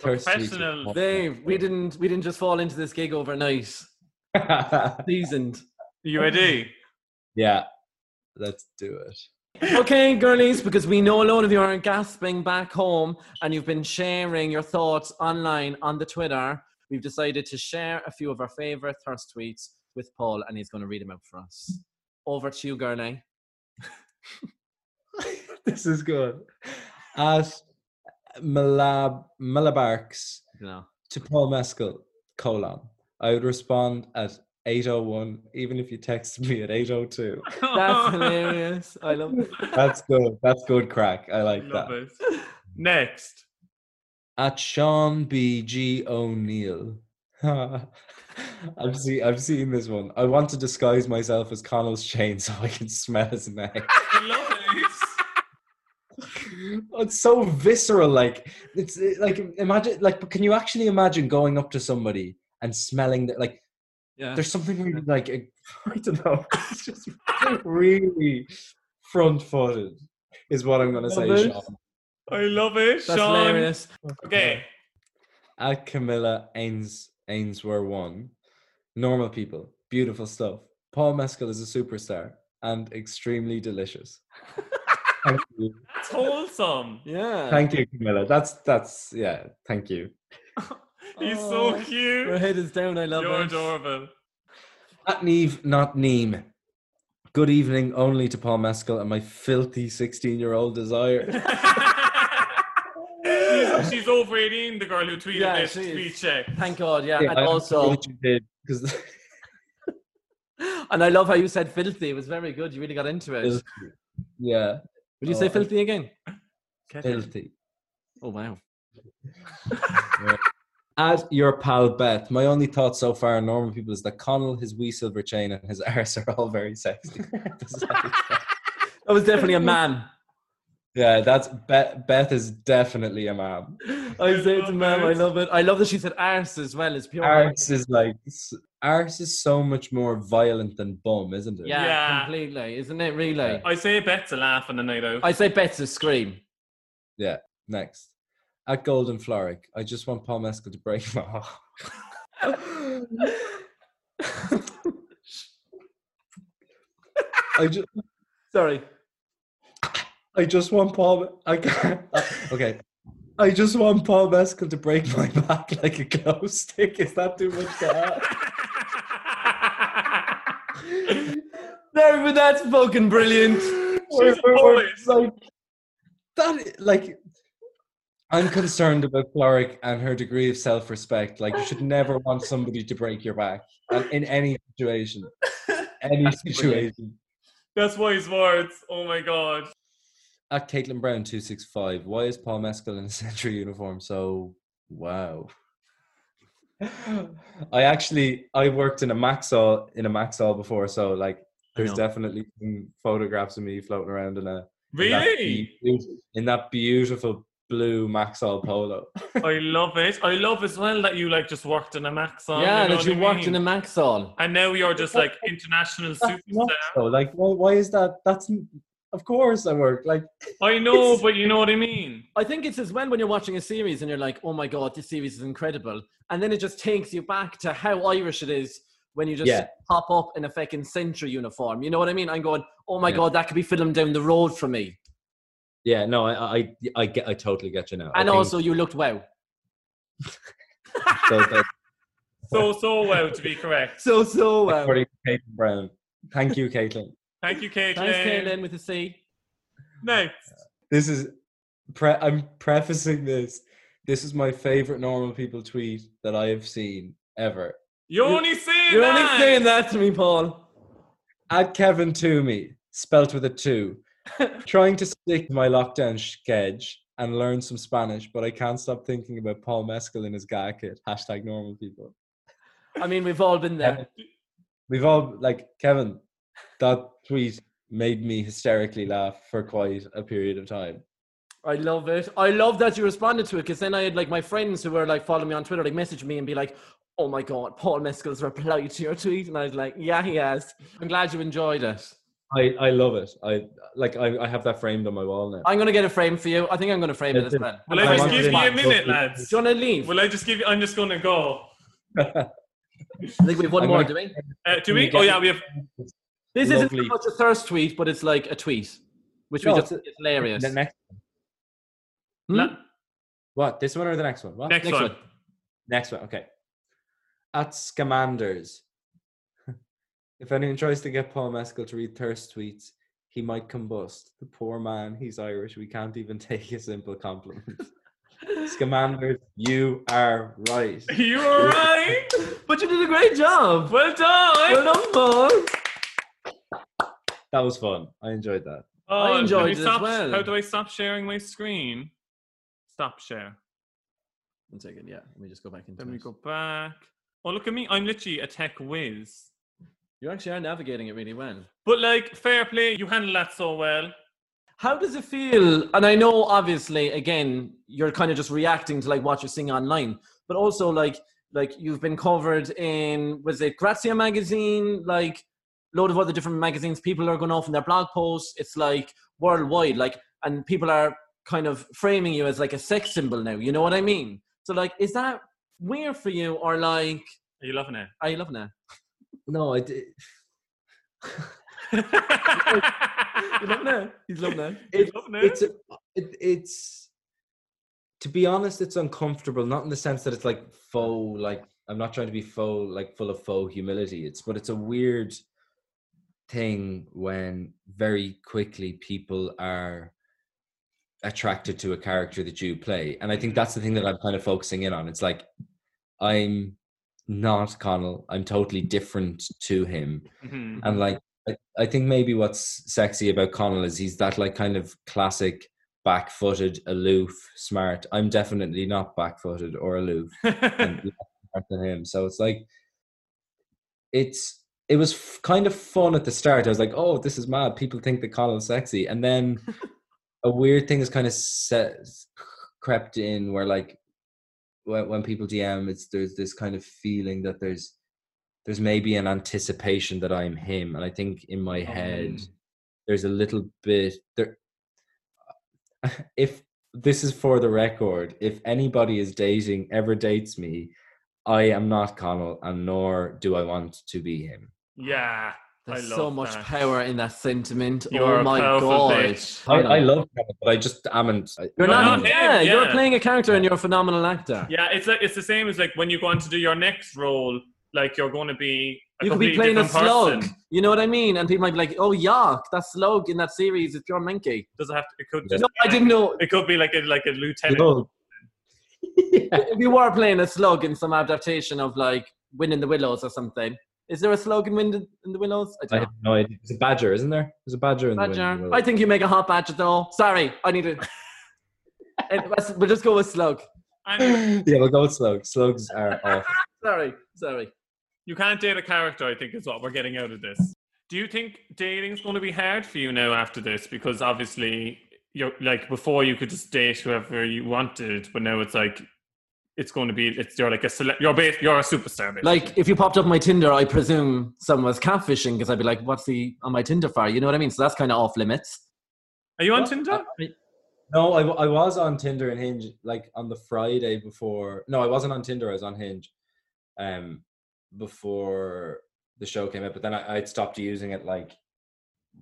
S4: Thirsty
S1: Professional.
S2: Dave, we didn't we didn't just fall into this gig overnight. Seasoned.
S1: You ready?
S4: yeah, let's do it.
S2: Okay, girlies, because we know a lot of you are gasping back home and you've been sharing your thoughts online on the Twitter. We've decided to share a few of our favorite thirst tweets with Paul, and he's going to read them out for us. Over to you, girlie.
S4: this is good. At Malab Malabarks
S2: No.
S4: to Paul Mescal colon. I would respond at 801, even if you texted me at 802.
S2: That's hilarious. I love it.
S4: That's good. That's good crack. I like that.
S1: Love it. Next.
S4: At Sean B. G. O'Neill.
S5: I've seen I've seen this one. I want to disguise myself as Connell's chain so I can smell his neck.
S1: I love it.
S5: Oh, it's so visceral like it's uh, like imagine like can you actually imagine going up to somebody and smelling that like
S1: Yeah.
S5: there's something really like uh, i don't know it's just really front-footed is what i'm gonna say
S2: Love it.
S5: Sean.
S1: I love it,
S2: That's
S1: Sean.
S2: hilarious.
S1: Okay.
S5: at camilla ains ains were one normal people beautiful stuff paul mescal is a superstar and extremely delicious thank you
S1: That's wholesome.
S2: Yeah.
S5: thank you camilla that's that's yeah thank you
S1: He's so
S2: Oh. Your
S1: cute.
S2: head is down. I love
S1: You're
S2: it.
S1: adorable.
S5: At Neve, not Neem. Good evening only to Paul Mescal and my filthy 16 year old desire.
S1: she's, she's over 18, the girl who tweeted
S2: Yeah,
S1: this.
S2: she is.
S1: Please check.
S2: Thank God. Yeah.
S5: Yeah,
S2: and
S5: I
S2: also,
S5: what you did, 'cause-
S2: and I love how you said filthy. It was very good. You really got into it.
S5: is- yeah,
S2: Would you
S5: Oh,
S2: say
S5: I-
S2: filthy again?
S5: filthy.
S2: Oh wow.
S5: At your pal Beth, my only thought so far on normal people is that Connell, his wee silver chain, and his arse are all very sexy.
S2: That was definitely a man.
S5: yeah, that's Beth. Beth is definitely a man.
S2: I say to
S1: love
S2: ma'am, I
S1: it.
S2: love it. I love that she said arse as well. It's pure.
S5: Arse is like arse is so much more violent than bum, isn't it?
S2: Yeah,
S1: Yeah.
S2: completely. Isn't it really?
S1: I say Beth's a laugh on the night out.
S2: I say better scream.
S5: Next. At Golden Floric, I just want Paul Mescal to break my heart. I just,
S2: Sorry.
S5: I just want Paul. I can't.
S1: Uh,
S5: okay. I just want Paul Mescal to break my back like a glow stick. Is that too much to
S2: No, but that's fucking brilliant.
S5: ask?
S1: She's a poet.
S5: like that. i- Like, I'm concerned about Floric and her degree of self-respect. Like, you should never want somebody to break your back, and in any situation, any situation.
S1: That's wise words. Oh my god.
S5: at Caitlin Brown two six five. Why is Paul Mescal in a century uniform? So wow. I actually I worked in a Maxall in a Maxall before, so like there's
S2: know.
S5: definitely some photographs of me floating around in a in that
S1: Really?
S5: beaut- in that beautiful blue Maxall polo.
S1: I love it. I love as well that you like just worked in a max on.
S2: yeah,
S1: you know
S2: that
S1: what
S2: you
S1: I
S2: worked
S1: mean?
S2: in a Maxall.
S1: And now you're just like international superstar.
S5: So like why, why is that? That's of course I work like
S1: I know, but you know what I mean.
S2: I think it's as well when you're watching a series and you're like, oh my god, this series is incredible. And then it just takes you back to how Irish it is when you just
S5: Yeah.
S2: pop up in a fucking century uniform. You know what I mean? I'm going, oh my
S5: Yeah.
S2: god, that could be filmed down the road from me.
S5: yeah no I I I get I totally get you now
S2: And also, you looked wow.
S1: So so well to be correct.
S2: So, so um, wow.
S5: according to Caitlin Brown. Thank you, Caitlin.
S1: Thank you, Caitlin.
S2: Thanks, Caitlin, with a C.
S1: Next.
S5: this is pre- I'm prefacing this. This is my favorite normal people tweet that I have seen ever.
S1: You're
S2: You-
S1: only saying
S2: You're
S1: that.
S2: only saying that to me, Paul.
S5: At Kevin Toomey, spelt with a two, trying to stick to my lockdown sketch and learn some Spanish, but I can't stop thinking about Paul Mescal in his guy kit. Hashtag normal people.
S2: I mean, we've all been there.
S5: We've all like Kevin. That tweet made me hysterically laugh for quite a period of time.
S2: I love it. I love that you responded to it because then I had like my friends who were like following me on Twitter, like message me and be like, "Oh my god, Paul Mescal's replied to your tweet," and I was like, "Yeah, he has." I'm glad you enjoyed it.
S5: I, I love it. I like I, I have that framed on my wall now.
S2: I'm gonna get a frame for you. I think I'm gonna frame it as well.
S1: Will
S5: I
S1: I just
S5: want
S1: give
S5: to
S1: you a
S5: do-
S1: minute, lads?
S2: Do you want to leave?
S1: Will I just give you? I'm just gonna go.
S2: I think we have one
S5: I'm
S2: more, do
S5: gonna-
S2: we?
S1: Uh, do we?
S5: Can we get-
S1: Oh yeah, we have.
S2: This
S5: Lovely.
S2: isn't so much a thirst tweet, but it's like a tweet, which
S5: No,
S2: we just
S5: it's a-
S2: it's hilarious.
S5: The next,
S2: Hmm?
S1: La-
S5: what? This one or the next one? What?
S1: next,
S2: Next
S1: one.
S2: one.
S5: Next one. Okay. At Scamanders. if anyone tries to get Paul Mescal to read thirst tweets, he might combust. The poor man. He's Irish. We can't even take a simple compliment. Scamanders, you are right.
S1: You all right?
S2: But you did a great job.
S1: Well done.
S2: Well done, Paul.
S5: That was fun. I enjoyed that.
S1: Oh,
S2: I
S1: can
S2: enjoyed
S1: we
S2: it as
S1: stop-
S2: well.
S1: How do I stop sharing my screen? Stop share.
S2: One second, yeah. Let me just go back into
S1: Then we
S2: it.
S1: go back. Oh, look at me. I'm literally a tech whiz.
S2: You actually are navigating it really well.
S1: But, like, fair play. You handle that so well.
S2: How does it feel? And I know, obviously, again, you're kind of just reacting to like what you're seeing online, but also like like you've been covered in was it Grazia magazine, like load of other different magazines. People are going off in their blog posts. It's like worldwide, like, and people are kind of framing you as like a sex symbol now. You know what I mean? So like, is that weird for you, or like,
S1: Are you loving it?
S2: are you loving it?
S4: No, I did.
S2: You loving it? He's loving it.
S4: It-
S1: loving it?
S4: it's a, it, it's to be honest it's uncomfortable not in the sense that it's like faux like i'm not trying to be faux like full of faux humility it's but it's a weird thing when very quickly people are attracted to a character that you play and i think that's the thing that i'm kind of focusing in on it's like i'm not connell i'm totally different to him
S1: Mhm.
S4: and like I, I think maybe what's sexy about Connell is he's that like kind of classic back-footed, aloof, smart. I'm definitely not back-footed or aloof
S1: Mm-hmm.
S4: and less smart than him. So it's like it's it was f- kind of fun at the start. I was like, oh, this is mad. People think that Connell's sexy, and then a weird thing has kind of set, crept in where like when, when people DM, it's there's this kind of feeling that there's there's maybe an anticipation that I'm him, and I think in my head there's a little bit there. If this is for the record, if anybody is dating ever dates me, I am not Connell, and nor do I want to be him.
S1: yeah.
S2: There's
S1: I love
S2: so much
S1: that.
S2: power in that sentiment.
S1: You are
S2: oh
S1: a
S2: my
S1: powerful
S2: god.
S1: bitch.
S4: I, I
S2: Connell.
S4: love Connell, but I just haven't. I-
S2: You're
S1: You're
S2: not,
S1: not
S2: yeah,
S1: him,
S2: you're
S1: yeah.
S2: playing a character and you're a phenomenal actor.
S1: Yeah, it's like it's the same as like when you go on to do your next role, like you're going to be. A
S2: You could be
S1: completely
S2: playing a
S1: different
S2: slug.
S1: person.
S2: You know what I mean? And people might be like, "Oh, yuck! That slug in that series is pure minky."
S1: Doesn't have to. It could. Just
S2: No, I didn't know.
S1: It could be like a like a lieutenant.
S2: If you were playing a slug in some adaptation of like *Wind in the Willows* or something, is there a slug in *Wind in the Willows*? I
S4: I
S2: don't
S4: have no idea. It's a badger, isn't there? There's a badger in
S2: know.
S4: the
S2: Badger.
S4: window.
S2: I think you make a hot badger though. Sorry, I need to. And let's- we'll just go with slug.
S1: And
S4: yeah, we'll go with slugs. Slugs are off.
S2: Sorry, sorry.
S1: you can't date a character. I think is what we're getting out of this. Do you think dating's going to be hard for you now after this? Because obviously you're like before you could just date whoever you wanted, but now it's like it's going to be it's you're like a cele- you're ba- you're a superstar. Basically.
S2: Like, if you popped up my Tinder, I presume someone was catfishing because I'd be like, "What's he on my Tinder for?" You know what I mean? So that's kind of off limits.
S1: are you on Tinder?
S4: No, I, w- I was on Tinder and Hinge like on the Friday before. No, I wasn't on Tinder. I was on Hinge, um, before the show came out. But then I, I'd stopped using it like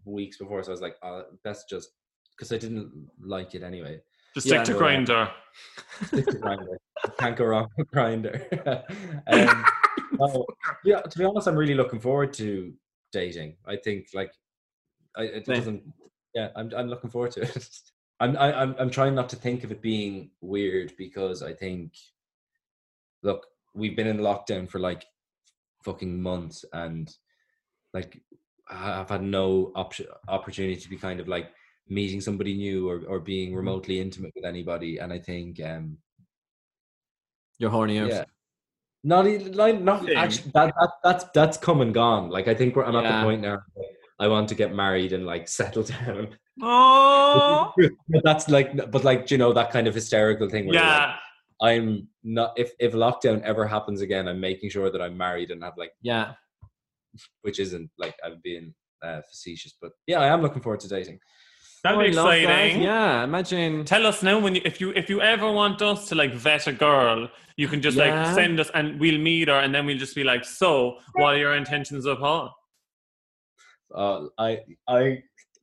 S4: weeks before. So I was like, oh, that's just because I didn't like it anyway.
S1: Just
S2: Yeah,
S1: stick to
S4: no, yeah.
S1: Grinder.
S4: Stick to Grindr. You Can't go wrong with Grinder. um, no, yeah, to be honest, I'm really looking forward to dating. I think like, I it
S2: Same.
S4: doesn't. Yeah, I'm I'm looking forward to it. I'm I, I'm I'm trying not to think of it being weird because I think, look, we've been in lockdown for like fucking months and like I- I've had no option opportunity to be kind of like meeting somebody new or or being remotely intimate with anybody, and I think um
S2: You're horny out.
S4: yeah. Not even like not
S1: Same.
S4: actually that, that that's that's come and gone. Like I think we're I'm at
S2: Yeah.
S4: the point now like, I want to get married and like settle down.
S1: Oh,
S4: but that's like but like you know that kind of hysterical thing where you're like,
S1: yeah.
S4: I'm not if if lockdown ever happens again, I'm making sure that I'm married and have like
S2: Yeah.
S4: which isn't like I'm being uh, facetious, but yeah, I am looking forward to dating.
S1: That'd be
S2: Oh, I love that.
S1: exciting.
S2: Yeah, imagine.
S1: Tell us now when you if you if you ever want us to like vet a girl, you can just
S2: Yeah.
S1: like send us and we'll meet her and then we'll just be like, so what are your intentions of her?
S4: Uh, I I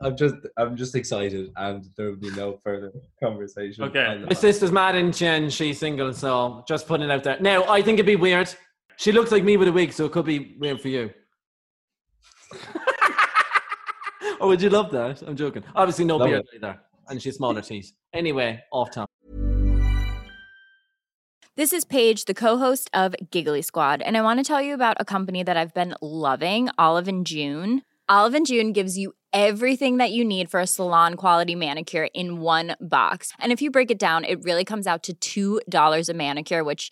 S4: I'm just I'm just excited, and there will be no further conversation.
S1: Okay.
S4: on the
S2: My sister's mad in Jen, she's single, so just putting it out there. Now, I think it'd be weird. She looks like me with a wig, so it could be weird for you. oh, would you love that? I'm joking. Obviously, no
S4: Love
S2: beard either. And she's smaller teeth. Anyway, off top.
S6: This is Paige, the co-host of Giggly Squad, and I want to tell you about a company that I've been loving, Olive and June. Olive and June gives you everything that you need for a salon quality manicure in one box. And if you break it down, it really comes out to $2 a manicure, which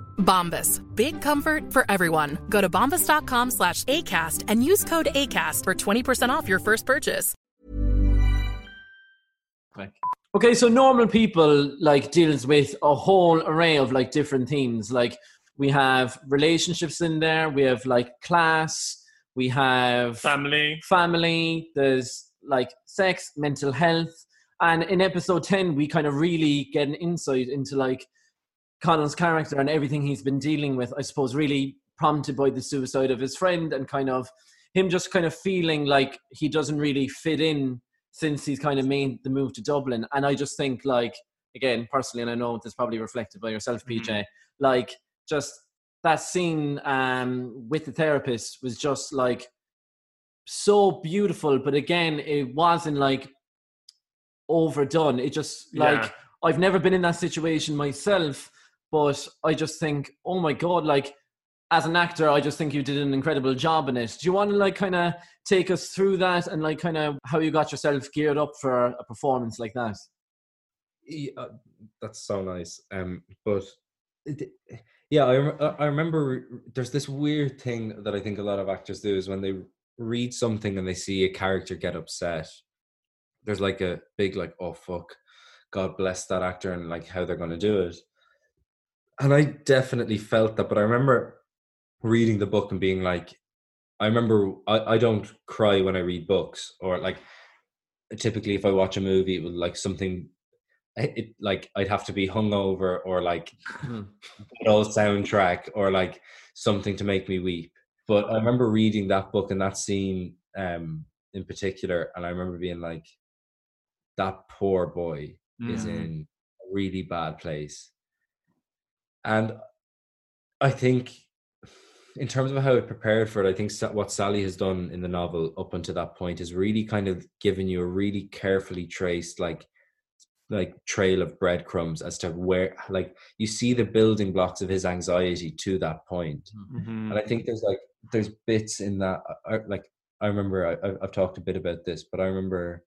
S7: Bombas. Big comfort for everyone. Go to bombas.com slash ACAST and use code ACAST for 20% off your first purchase.
S2: Quick. Okay, so normal people like deals with a whole array of like different themes. Like we have relationships in there, we have like class, we have
S1: Family.
S2: family, there's like sex, mental health. And in episode 10, we kind of really get an insight into like Connell's character and everything he's been dealing with, I suppose, really prompted by the suicide of his friend and kind of him just kind of feeling like he doesn't really fit in since he's kind of made the move to Dublin. And I just think, like, again, personally, and I know this is probably reflected by yourself, PJ, like, just that scene um, with the therapist was just like so beautiful, but again, it wasn't like overdone. It just like
S1: Yeah.
S2: I've never been in that situation myself, but I just think, oh my god, like as an actor, I just think you did an incredible job in it. Do you want to like kind of take us through that and like kind of how you got yourself geared up for a performance like that?
S4: Y- uh, that's so nice. Um, but it- yeah, I, rem- uh, I- I remember there's this weird thing that I think a lot of actors do is when they read something and they see a character get upset, there's like a big like, oh fuck, God bless that actor and like how they're gonna do it. And I definitely felt that, but I remember reading the book and being like, I remember I, I don't cry when I read books or like typically if I watch a movie it will like something it, it- like I'd have to be hungover or like
S2: Mhm.
S4: an old soundtrack or like something to make me weep. But I remember reading that book and that scene um, in particular, and I remember being like, "That poor boy is in a really bad place," and I think. In terms of how it prepared for it, I think Sa- what Sally has done in the novel up until that point is really kind of given you a really carefully traced, like like trail of breadcrumbs as to where like you see the building blocks of his anxiety to that point
S1: Mhm.
S4: and i think there's like there's bits in that I, I- like i remember I, I've- i've talked a bit about this but i remember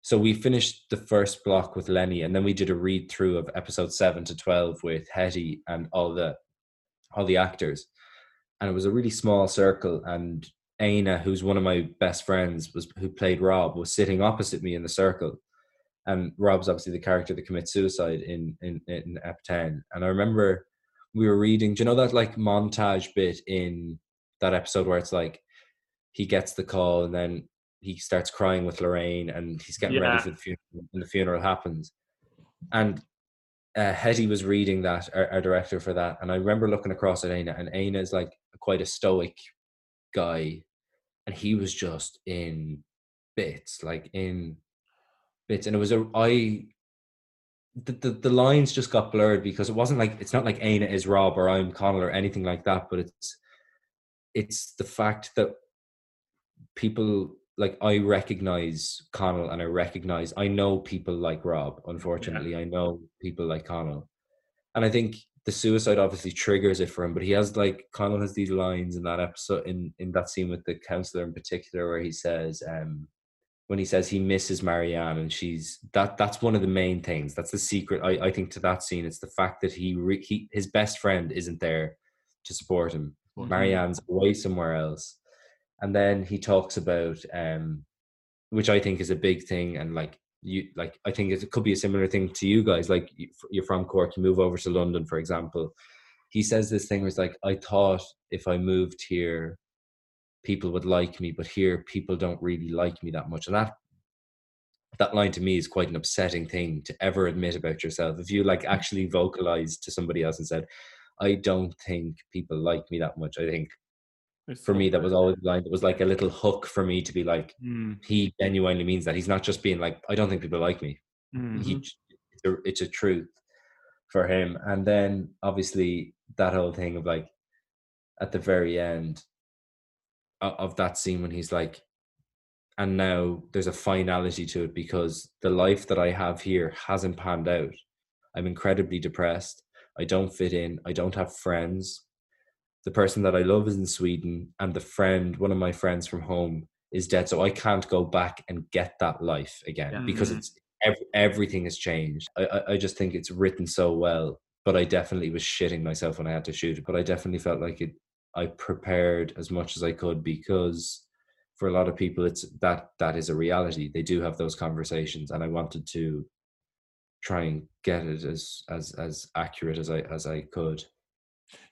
S4: so we finished the first block with lenny and then we did a read through of episode 7 to 12 with hetty and all the all the actors and it was a really small circle and aina who's one of my best friends was who played rob was sitting opposite me in the circle and Rob's obviously the character that commits suicide in in in Ep Ten. And I remember we were reading. Do you know that like montage bit in that episode where it's like he gets the call and then he starts crying with Lorraine and he's getting ready
S1: Yeah.
S4: for the funeral and the funeral happens. And uh, Hetty was reading that our, our director for that, and I remember looking across at Aina, and Aina is like quite a stoic guy, and he was just in bits, like in bits and it was a i the, the, the lines just got blurred because it wasn't like it's not like Aina is Rob or I'm Connell or anything like that, but it's it's the fact that people like I recognize Connell and I recognize I know people like Rob, unfortunately. I know people like Connell. And I think the suicide obviously triggers it for him, but he has like Connell has these lines in that episode in, in that scene with the counselor in particular where he says, um, when he says he misses Marianne and she's that that's one of the main things. That's the secret I, I think to that scene. It's the fact that he, re, he his best friend isn't there to support him. Marianne's away somewhere else. And then he talks about um which I think is a big thing and like you like I think it's- it could be a similar thing to you guys like you- you're from Cork you move over to London for example. He says this thing was like I thought if I moved here people would like me, but here people don't really like me that much. And that that line to me is quite an upsetting thing to ever admit about yourself. If you like actually vocalized to somebody else and said, I don't think people like me that much. I think
S1: It's
S4: for
S1: so
S4: me that was
S1: bad.
S4: always the line that was like a little hook for me to be like,
S1: Mm,
S4: he genuinely means that. He's not just being like, I don't think people like me.
S1: mm.
S4: He, it's, a, it's a truth for him. And then obviously that whole thing of like at the very end o- of that scene when he's like, and now there's a finality to it because the life that I have here hasn't panned out. I'm incredibly depressed. I don't fit in. I don't have friends. The person that I love is in Sweden, and the friend, one of my friends from home, is dead. So I can't go back and get that life again
S2: Yeah.
S4: because
S1: Mhm.
S4: it's ev- everything has changed. I, I, I just think it's written so well. But I definitely was shitting myself when I had to shoot it. But I definitely felt like it. I prepared as much as I could because for a lot of people, it's that that is a reality. They do have those conversations, and I wanted to try and get it as as as accurate as I as I could.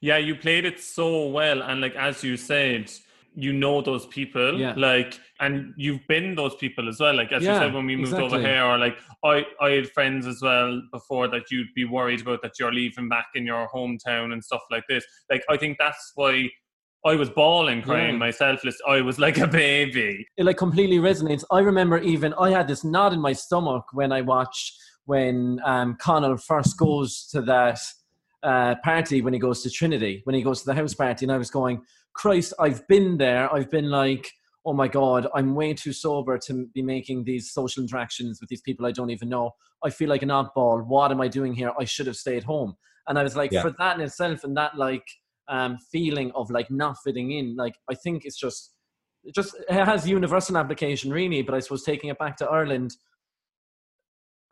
S1: Yeah, you played it so well. And like as you said, you know those people.
S5: Yeah.
S1: Like and you've been those people as well. Like as you
S5: Yeah,
S1: said when we moved
S5: exactly.
S1: over here, or like I, I had friends as well before that you'd be worried about that you're leaving back in your hometown and stuff like this. Like I think that's why I was bawling crying
S5: Yeah.
S1: myself. List I was like a baby.
S2: it like completely resonates. I remember even I had this knot in my stomach when I watched when um, Connell first goes to that uh, party when he goes to Trinity, when he goes to the house party, and I was going, Christ, I've been there. I've been like, oh my God, I'm way too sober to be making these social interactions with these people I don't even know. I feel like an oddball. What am I doing here? I should have stayed home. And I was like,
S4: Yeah.
S2: for that in itself, and that like um, feeling of like not fitting in, like I think it's just it just it has universal application really but i suppose taking it back to ireland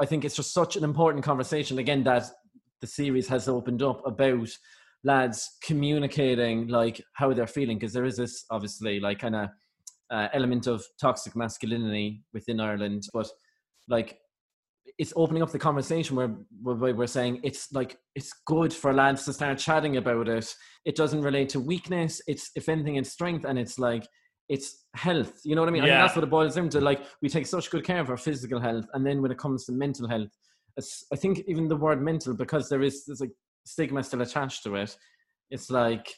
S2: i think it's just such an important conversation again that the series has opened up about lads communicating like how they're feeling because there is this obviously like kind of uh, element of toxic masculinity within ireland but like it's opening up the conversation where, where we're saying it's like it's good for lads to start chatting about it it doesn't relate to weakness it's if anything it's strength and it's like it's health. You know what I mean? I mean,
S1: Yeah.
S2: that's what it boils down to. Like, we take such good care of our physical health, and then when it comes to mental health, it's, I think even the word mental, because there is there's like stigma still attached to it, it's like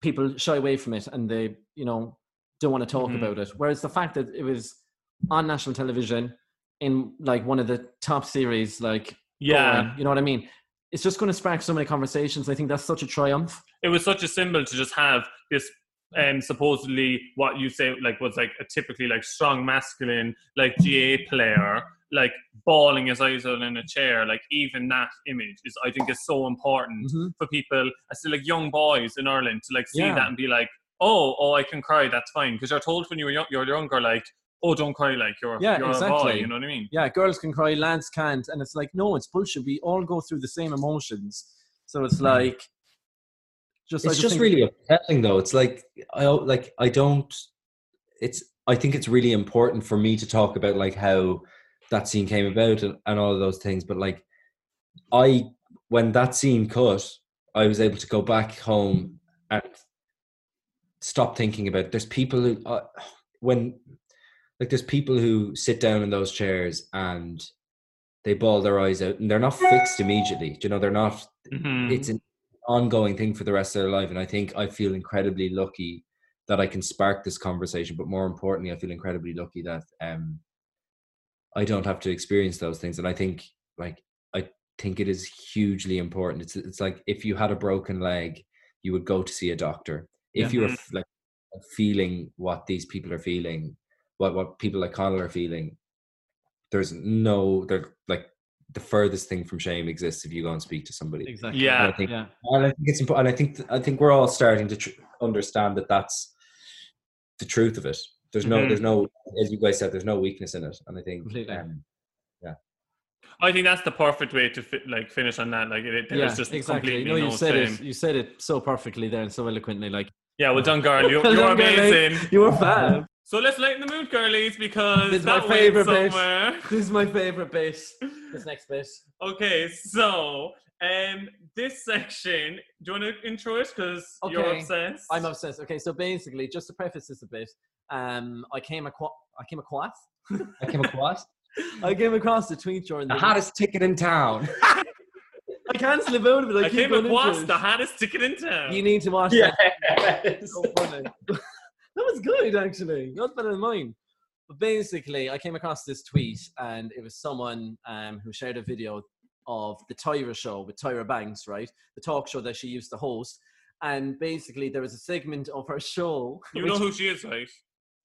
S2: people shy away from it and they, you know, don't want to talk
S1: Mhm.
S2: about it. Whereas the fact that it was on national television in like one of the top series, like,
S1: Yeah.
S2: going, you know what I mean? It's just going to spark so many conversations. I think that's such a triumph.
S1: it was such a symbol to just have this um supposedly what you say like was like a typically like strong masculine like GA player like bawling his eyes out in a chair like even that image is I think is so important
S2: Mhm.
S1: for people I see like young boys in Ireland to like see
S2: Yeah.
S1: that and be like oh oh I can cry that's fine because you're told when you were young, you're younger like oh don't cry like you're
S2: Yeah,
S1: you're a boy
S2: exactly.
S1: you know what I mean
S2: yeah, girls can cry, lads can't. And it's like, no, it's bullshit. We all go through the same emotions. So it's like, just, I
S4: it's just
S2: think-
S4: really upsetting though it's like i don't- like i don't it's i think it's really important for me to talk about like how that scene came about and, and all of those things but like i when that scene cut i was able to go back home and stop thinking about it. there's people who uh, when like there's people who sit down in those chairs and they bawl their eyes out and they're not fixed immediately Do you know they're not
S1: Mhm.
S2: Mm-hmm.
S4: it's an ongoing thing for the rest of their life. And I think I feel incredibly lucky that I can spark this conversation. But more importantly, I feel incredibly lucky that um, I don't have to experience those things. And I think like I think it is hugely important. It's it's like if you had a broken leg, you would go to see a doctor. If you were f- like feeling what these people are feeling, what what people like Connell are feeling, there's no they're like the furthest thing from shame exists if you go and speak to somebody.
S2: Exactly.
S1: Yeah.
S4: I think-
S2: Yeah.
S4: And I think it's important. I think I think we're all starting to tr- understand that that's the truth of it. There's no,
S1: Mhm.
S4: there's no, as you guys said, there's no weakness in it, and I think
S2: Mm-hmm. Completely.
S4: um,
S1: I think that's the perfect way to fi- like finish on that like it, it,
S2: Yeah,
S1: there's just
S2: exactly.
S1: completely
S2: No, you said
S1: shame.
S2: it. You said it so perfectly there and so eloquently. Like
S1: Yeah, well done, girl. You, you're
S2: Done, girl, eh?
S1: amazing.
S2: you were fab.
S1: So let's lighten the mood, girlies, because
S2: This is my
S1: that
S2: favorite
S1: went
S2: bit.
S1: somewhere.
S2: This is my favorite bit. This next bit.
S1: Okay, so um, this section, do you want to intro it? Because you're
S2: Okay.
S1: obsessed.
S2: I'm obsessed. Okay, so basically, just to preface this a bit, um, I came across, I came across,
S4: I came across
S2: I came across a tweet during
S4: the
S2: the.
S4: hottest ticket in town.
S2: I can't slip out of it. I,
S1: I
S2: keep
S1: came
S2: going into
S1: across
S2: it.
S1: the hottest ticket in town.
S2: You need to watch that.
S4: yes.
S2: so funny. that was good, actually. That was better than mine. But basically, I came across this tweet, and it was someone um, who shared a video of the Tyra show with Tyra Banks, right? The talk show that she used to host. And basically, there was a segment of her show.
S1: you
S2: which-
S1: know who she is, right?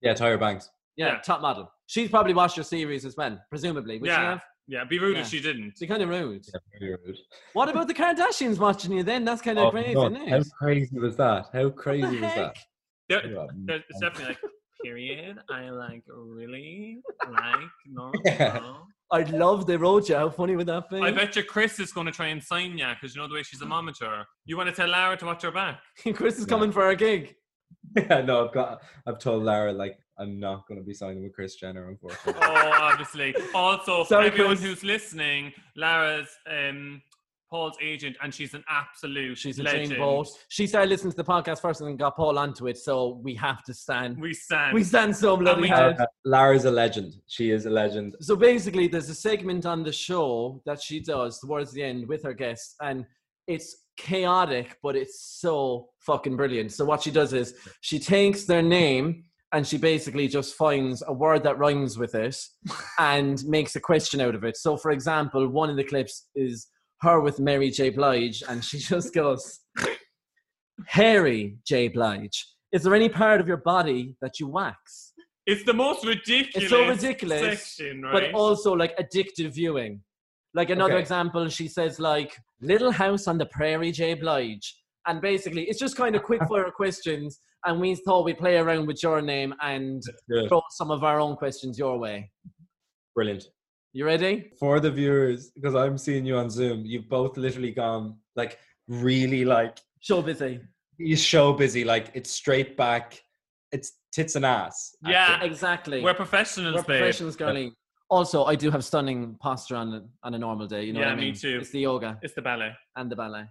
S4: Yeah, Tyra Banks.
S2: yeah,
S1: yeah.
S2: top model. She's probably watched your series as well, presumably. Which yeah.
S1: Yeah.
S2: Have?
S1: Yeah, be rude
S2: Yeah.
S1: if she didn't.
S2: So kind of rude.
S4: Very rude.
S2: What about the Kardashians watching you then? That's kind of
S4: Oh,
S2: crazy,
S4: God,
S2: isn't it?
S4: How crazy was that? How crazy
S2: What the
S4: was that?
S2: heck?
S1: There-
S4: You are
S2: Mm.
S1: there-
S2: Oh.
S1: it's definitely like, period. I like really like no.
S4: Yeah.
S1: no.
S2: I'd love they wrote you. How funny would that be?
S1: I bet you Chris is going to try and sign ya because you know the way she's a monitor. You want to tell Lara to watch her back.
S2: Chris is
S4: Yeah.
S2: coming for a gig.
S4: yeah, no, I've got. I've told Lara like I'm not going to be signing with Chris Jenner, unfortunately.
S1: Oh, obviously. Also, for
S2: Sorry,
S1: everyone
S2: Chris.
S1: who's listening, Lara's um, Paul's agent, and she's an absolute
S2: She's a
S1: legend.
S2: trained boat. She started listening to the podcast first and then got Paul onto it, so we have to stand.
S1: We stand.
S2: We stand so bloody
S1: we-
S2: hard.
S4: Uh, Lara's a legend. She is a legend.
S2: So basically, there's a segment on the show that she does towards the end with her guests, and it's chaotic, but it's so fucking brilliant. So what she does is she takes their name and she basically just finds a word that rhymes with it and makes a question out of it. So for example, one of the clips is her with Mary J. Blige, and she just goes, "Harry J. Blige, is there any part of your body that you wax?"
S1: It's the most ridiculous.
S2: It's so ridiculous,
S1: Section,
S2: but
S1: right?
S2: also like addictive viewing. Like another
S4: Okay.
S2: example, she says like "Little House on the Prairie," J. Blige, and basically it's just kind of quick fire questions, and we thought we'd play around with your name and
S4: Good.
S2: throw some of our own questions your way.
S4: Brilliant.
S2: You ready?
S4: For the viewers, because I'm seeing you on Zoom, you've both literally gone like really like
S2: Show busy.
S4: you're so busy. Like it's straight back. It's tits and ass.
S1: yeah,
S2: Exactly.
S1: we're professionals,
S2: We're
S1: babe.
S2: professionals, girlie. Also, I do have stunning posture on a, on a normal day. You know
S1: Yeah,
S2: what I
S1: me
S2: mean?
S1: too.
S2: It's the yoga
S1: It's the ballet.
S2: and the ballet,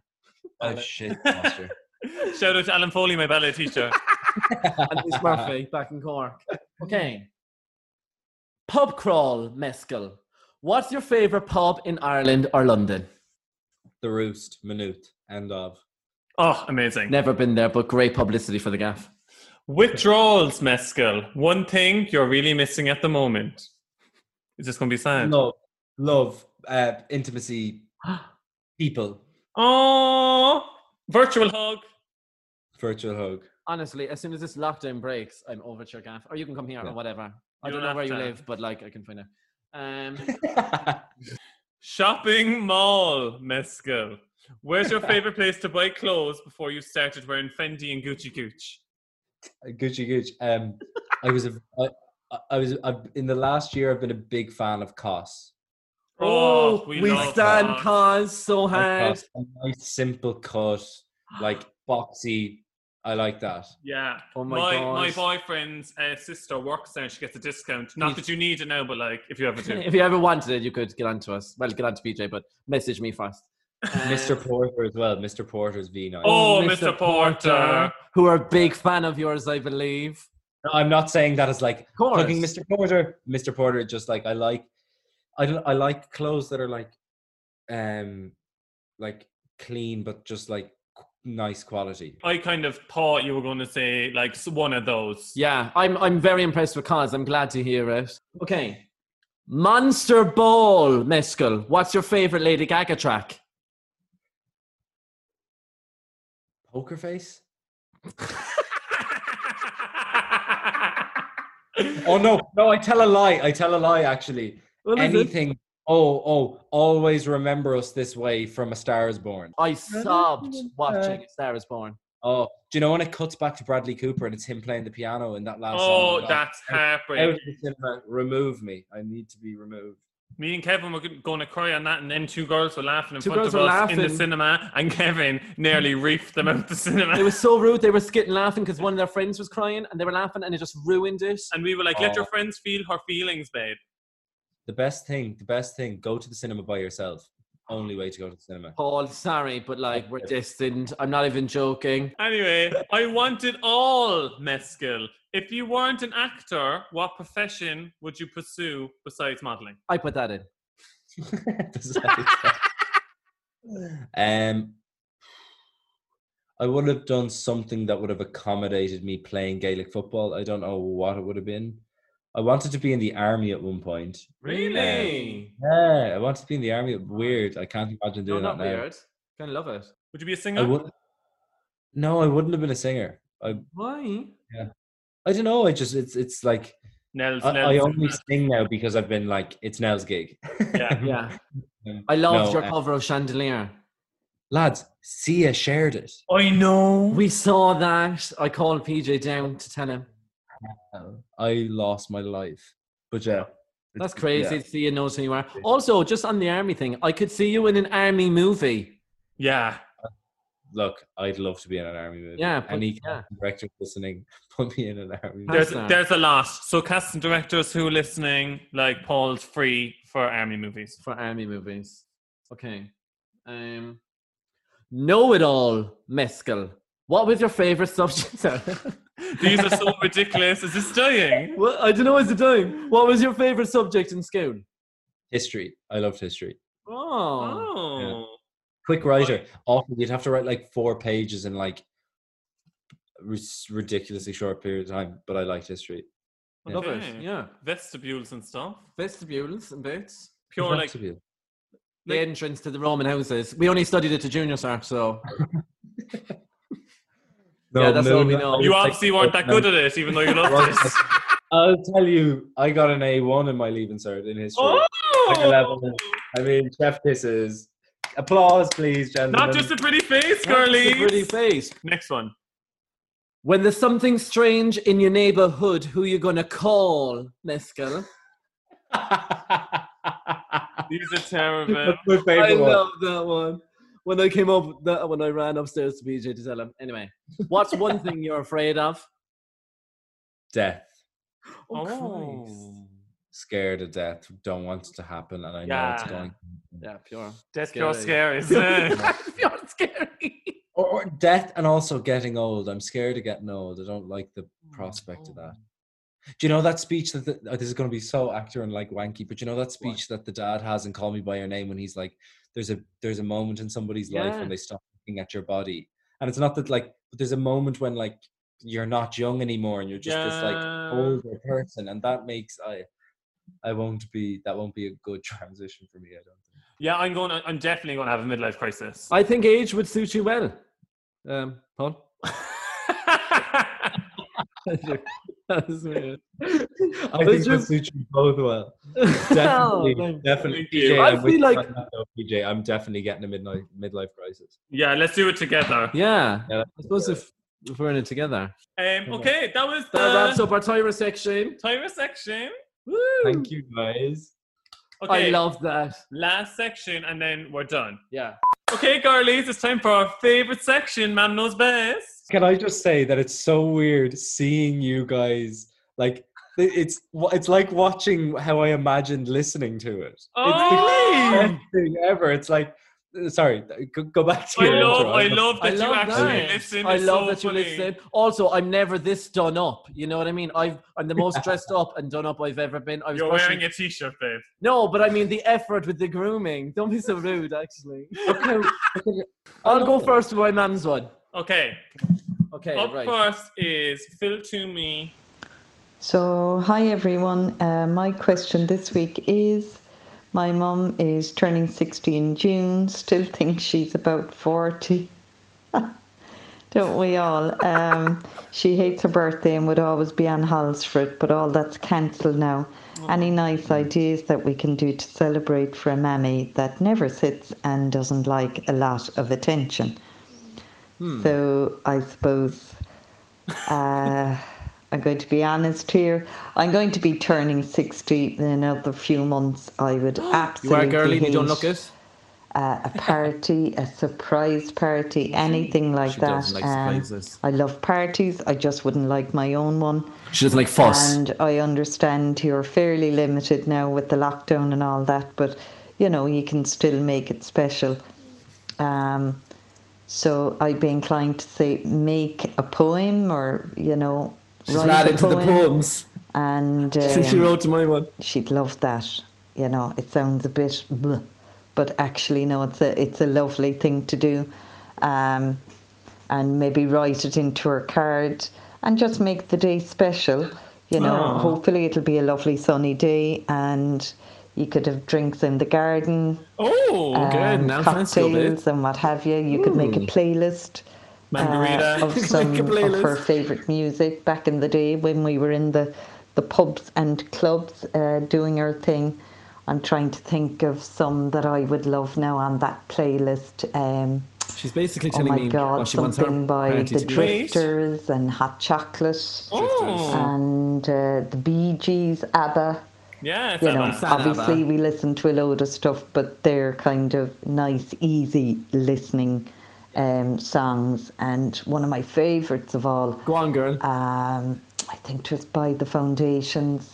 S4: Oh shit, master.
S1: Shout out to Alan Foley, my ballet teacher.
S2: and it's Murphy back in Cork. Okay. Pub crawl mescal. What's your favorite pub in Ireland or London?
S4: the roost, minute, end of.
S1: oh, amazing.
S2: Never been there, but great publicity for the gaff.
S1: Withdrawals, Mescal. One thing you're really missing at the moment. It's just going to be sad.
S4: Love, love, uh, intimacy, people,
S1: Oh, virtual hug.
S4: virtual hug.
S2: Honestly, as soon as this lockdown breaks, I'm over to your gaff. Or you can come here
S4: Yeah.
S2: or whatever. I
S1: You
S2: don't
S1: don't
S2: know where
S1: have
S2: you
S1: to.
S2: live, but like I can find out. Um,
S1: Shopping mall, Mescal. Where's your favorite place to buy clothes before you started wearing Fendi and Gucci Gooch?
S4: Gucci Gooch. Um, I was a, I, I- I was i in the last year. I've been a big fan of Cos.
S1: Oh, we love
S2: stand
S1: that.
S2: cause so
S4: Like
S2: hard.
S4: Cos, a nice simple cut, like boxy. I like that.
S1: Yeah.
S2: Oh my
S1: my,
S2: God.
S1: my boyfriend's uh, sister works there and she gets a discount. Not that you need it now, but like if you ever do.
S2: if you ever wanted it, you could get onto us. Well, get onto PJ, but message me first. Uh,
S4: Mr. Porter as well. Mr. Porter's V nine.
S1: Oh, Mr. Porter.
S2: who are a big fan of yours, I believe.
S4: I'm not saying that as like
S2: Of course.
S4: plugging Mr. Porter. Mr. Porter, just like I like, I don't, I like clothes that are like, um, like clean but just like qu- nice quality.
S1: I kind of thought you were going to say like s- one of those.
S2: Yeah, I'm I'm very impressed with cars. I'm glad to hear it. Okay. Monster Ball Mescal. What's your favorite Lady Gaga track?
S4: Poker face. Oh no, no, I tell a lie. I tell a lie. Actually,
S2: What is it?
S4: anything. Oh, oh, always remember us this way from A Star Is Born.
S2: I Uh, sobbed watching A Star Is Born.
S4: Oh, do you know when it cuts back to Bradley Cooper and it's him playing the piano in that last?
S1: oh,
S4: song?
S1: that's
S4: Out of
S1: heartbreaking.
S4: the cinema, remove me. I need to be removed.
S1: Me and Kevin were going to cry on that, and then two girls were laughing in
S2: Two
S1: front
S2: girls
S1: of us
S2: were
S1: in the
S2: laughing.
S1: cinema, and Kevin nearly reefed them out the cinema.
S2: It was so rude. They were skitting laughing because one of their friends was crying and they were laughing and it just ruined it.
S1: and we were like, "Let
S4: Aw.
S1: your friends feel her feelings, babe."
S4: The best thing, the best thing, go to the cinema by yourself. Only way to go to the cinema.
S2: Paul, sorry, but like we're destined. I'm not even joking.
S1: Anyway, I wanted all mezcal. If you weren't an actor, what profession would you pursue besides modeling?
S2: I put that in.
S4: Besides that. um, I would have done something that would have accommodated me playing Gaelic football. I don't know what it would have been. I wanted to be in the army at one point. Really? Yeah, I wanted to be in the army. Weird. I can't imagine
S2: No,
S4: doing
S2: not
S4: that now.
S2: weird. Kind of love it.
S1: Would you be a
S4: I
S1: singer?
S4: would. No, I wouldn't have been a singer. I
S2: Why?
S4: I don't know. I just it's it's like
S1: Nels,
S4: I,
S1: Nels.
S4: I only sing now because I've been like it's Nell's gig.
S1: Yeah.
S2: Yeah.
S4: Um,
S2: I loved
S4: no,
S2: your
S4: uh,
S2: cover of Chandelier.
S4: lads. Sia shared it.
S1: I know.
S2: We saw that. I called PJ down to tell him.
S4: I lost my life. But yeah,
S2: That's
S4: it's-
S2: crazy
S4: yeah.
S2: to see you knows who you are. Also, just on the army thing, I could see you in an army movie.
S1: yeah.
S4: Look, I'd love to be in an army movie.
S2: Yeah, put-
S4: any
S2: yeah.
S4: director listening, put me in an army.
S2: Huh?
S1: There's,
S2: Awesome.
S1: there's a lot. So, cast and directors who are listening, like Paul's free for army movies.
S2: for army movies. Okay. Um, know it all, Mescal. What was your favorite subject? Sorry.
S1: These are so ridiculous. Is this dying?
S2: well, I don't know what's the time. What was your favorite subject in school?
S4: History. I loved history.
S2: Oh.
S1: Oh.
S4: Quick writer. Often you'd have to write like four pages in like ris- ridiculously short period of time. But I liked history.
S2: I love
S1: Okay.
S2: it. Yeah.
S1: Vestibules and stuff.
S2: Vestibules and bits.
S1: Pure like
S4: Vestibule.
S2: The entrance to the Roman houses. We only studied it to junior, sir, so. Yeah, that's all we
S4: no,
S2: know.
S4: no,
S1: you
S4: it's
S1: obviously
S4: like-
S1: weren't that good at it, even though you loved it.
S4: I'll tell you, I got an A one in my leaving cert in history. Like a
S1: Oh!
S4: level. I mean, chef kisses. Applause, please, gentlemen.
S1: Not just a pretty face,
S2: That's a Pretty
S1: girlies.
S2: face.
S1: Next one.
S2: When there's something strange in your neighborhood, who you gonna call, Mescal?
S1: These are terrible.
S4: That's my
S2: I
S4: favorite one.
S2: love that one. When I came up, that when I ran upstairs to BJ to tell him. Anyway, what's one thing you're afraid of?
S4: Death.
S1: Oh,
S4: Scared of death. Don't want it to happen, and I know it's
S1: Yeah.
S4: going.
S2: Yeah, pure.
S1: that's pure
S2: Scary.
S1: scary, isn't it?
S2: pure scary.
S4: Or, or death, and also getting old. I'm scared of getting old. I don't like the
S2: Mm,
S4: prospect of that.
S2: oh.
S4: Do you know that speech that the, oh, this is going to be so actor and like wanky? But you know that speech that the dad has in "Call Me by Your Name" when he's like, "There's a there's a moment in somebody's life
S2: Yeah.
S4: when they stop looking at your body, and it's not that like but there's a moment when like you're not young anymore and you're just this like
S1: Yeah.
S4: older person, and that makes I I won't be that won't be a good transition for me. I don't. think.
S1: Yeah, I'm going. to I'm definitely going to have a midlife crisis.
S2: I think age would suit you well, um, Paul. That was weird.
S4: I
S2: Let's
S4: think
S2: just-
S4: this suits you both well. Definitely,
S2: Oh, thank-
S4: definitely.
S1: Thank you.
S4: PJ,
S2: I
S4: I'm with
S2: feel
S4: you
S2: like-
S4: on that though, PJ, I'm definitely getting a midnight midlife crisis.
S1: yeah, let's do it together.
S2: yeah,
S4: Yeah,
S2: I suppose if, if we're in it together.
S1: Um, okay, that was
S2: That wraps
S1: the
S2: up our Tyra section.
S1: Tyra section.
S2: Woo!
S4: Thank you guys.
S1: Okay,
S2: I love that.
S1: last section, and then we're done.
S2: Yeah.
S1: Okay, girlies, it's time for our favorite section, Mam Knows Best.
S4: Can I just say that it's so weird seeing you guys like th- it's wa- it's like watching how I imagined listening to it. It's the
S1: Oh!
S4: best thing ever. It's like uh, sorry, th- go, go back to
S1: I
S4: your
S1: love,
S4: intro.
S1: I love that
S2: I love
S1: you actually
S2: that.
S1: listen.
S2: I
S1: It's
S2: love
S1: so
S2: that you
S1: funny.
S2: listen. Also, I'm never this done up. You know what I mean? I've, I'm the most dressed up and done up I've ever been. I was
S1: You're
S2: brushing-
S1: wearing a t-shirt, babe.
S2: No, but I mean the effort with the grooming. Don't be so rude, actually.
S4: Okay, okay.
S2: I'll go
S4: love that.
S2: first with my mum's one.
S1: Okay,
S2: Okay,
S1: up
S2: right.
S1: first is Phil Toomey.
S8: So, hi everyone. Uh, my question this week is My mum is turning 60 in June, still thinks she's about 40. Don't we all? Um, she hates her birthday and would always be on holidays for it, but all that's cancelled now.
S5: Oh.
S8: Any nice ideas that we can do to celebrate for a mammy that never sits and doesn't like a lot of
S5: Hmm.
S8: attention? So, I suppose uh, I'm going to be honest here. I'm going to be turning 60 in another few months. I would
S5: You are
S8: absolutely.
S5: a girly, you don't
S8: hate,
S5: look it.
S8: Uh, a party, a surprise party, anything like
S5: She
S8: that. um,
S5: doesn't like surprises.
S8: I love parties. I just wouldn't like my own one.
S5: She doesn't like fuss.
S8: And I understand you're fairly limited now with the lockdown and all that, but you know, you can still make it special. Um, so I'd be inclined to say make a poem or, you know,
S5: She's
S8: write
S5: mad
S8: a
S5: into the
S8: poem.
S5: poems.
S8: And
S5: Since she
S8: um,
S5: wrote to my one.
S8: she'd love that. You know, it sounds a bit, bleh, but actually, no, it's a it's a lovely thing to do, um, and maybe write it into her card and just make the day special. You know,
S9: Aw.
S8: hopefully it'll be a lovely sunny day, and you could have drinks in the garden.
S1: Oh,
S5: good. Now fancy a bit.
S8: um, cocktails and what have you. You could make a
S5: Mm.
S8: playlist. uh,
S5: Margarita.
S8: of
S5: Make a
S8: some of
S5: playlist.
S8: her favorite music back in the day when we were in the the pubs and clubs uh, doing our thing. I'm trying to think of some that I would love now on that playlist. Um,
S5: She's basically
S8: oh
S5: telling
S8: my
S5: me
S8: God,
S5: what she wants her
S8: something by
S5: party
S8: the
S5: to be. Wait.
S8: Drifters and Hot Chocolate
S1: Oh.
S8: and uh, the Bee Gees, ABBA.
S1: Yeah, it's
S8: you know,
S1: ABBA. It's ABBA.
S8: obviously we listen to a load of stuff, but they're kind of nice, easy listening um, songs. And one of my favourites of all.
S5: Go on, girl.
S8: Um, I think it was by the Foundations.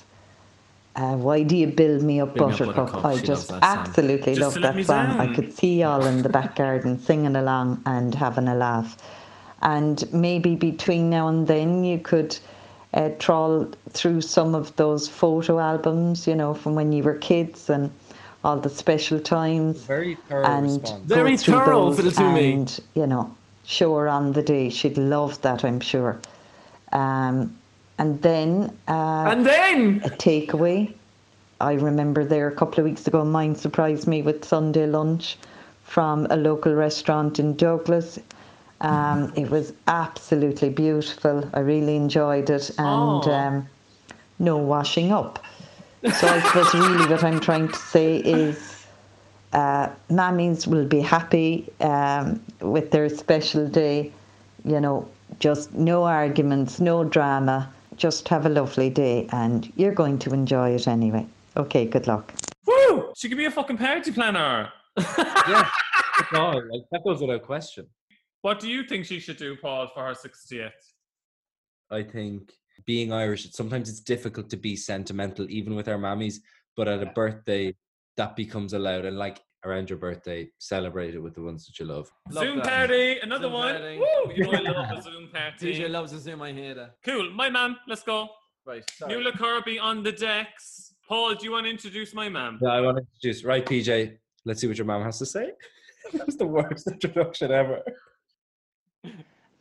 S8: Uh, why do you build me up,
S5: Build Me Up,
S8: buttercup?
S5: Buttercup.
S8: I
S5: She
S8: just
S5: loves that song.
S8: absolutely
S5: Just to
S8: love
S5: let
S8: that
S5: me
S8: song. I
S5: down.
S8: could see y'all in the back garden singing along and having a laugh. And maybe between now and then, you could uh, trawl through some of those photo albums, you know, from when you were kids and all the special times.
S4: Very thorough
S8: and
S4: response.
S8: go
S5: Very
S8: through
S5: thorough
S8: those
S5: for the two me.
S8: And, you know, show her on the day. She'd love that, I'm sure. Um, and then. Uh,
S5: And then!
S8: A takeaway. I remember there a couple of weeks ago, mine surprised me with Sunday lunch from a local restaurant in Douglas. Um, it was absolutely beautiful. I really enjoyed it. And
S9: Aw.
S8: um, no washing up. So I suppose really what I'm trying to say is uh, mammies will be happy um, with their special day. You know, just no arguments, no drama. Just have a lovely day and you're going to enjoy it anyway. Okay, good luck.
S1: Woo! She could be a fucking party planner.
S4: No, like, that goes without question.
S1: What do you think she should do, Paul, for her 60th?
S4: I think being Irish, it's- sometimes it's difficult to be sentimental, even with our mammies. But at a birthday, that becomes allowed. And like around your birthday, celebrate it with the ones that you love.
S1: Zoom party, another one. Woo! You know I love a Zoom party.
S5: DJ loves a Zoom, I hate her.
S1: Cool. My man, let's go.
S5: Right, sorry.
S1: Nuala Kirby on the decks. Paul, do you want to introduce my man?
S4: Yeah, I want to introduce. Right, PJ, let's see what your mom has to say. that was the worst introduction ever.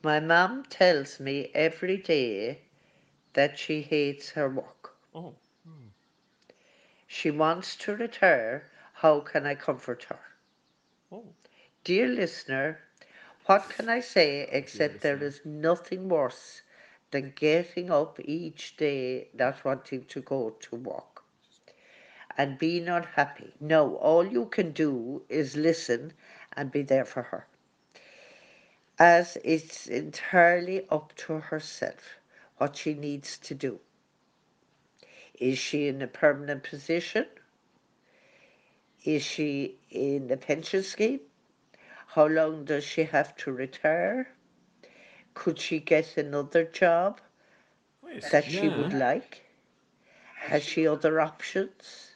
S10: My mum tells me every day that she hates her work.
S1: Oh.
S10: She wants to retire. How can I comfort her?
S1: Oh.
S10: Dear listener, what can I say except there is nothing worse than getting up each day not wanting to go to work and being unhappy? No, all you can do is listen and be there for her. as it's entirely up to herself what she needs to do. Is she in a permanent position? Is she in a pension scheme? How long does she have to retire? Could she get another job that she would
S9: Yeah.
S10: like? Has she other options?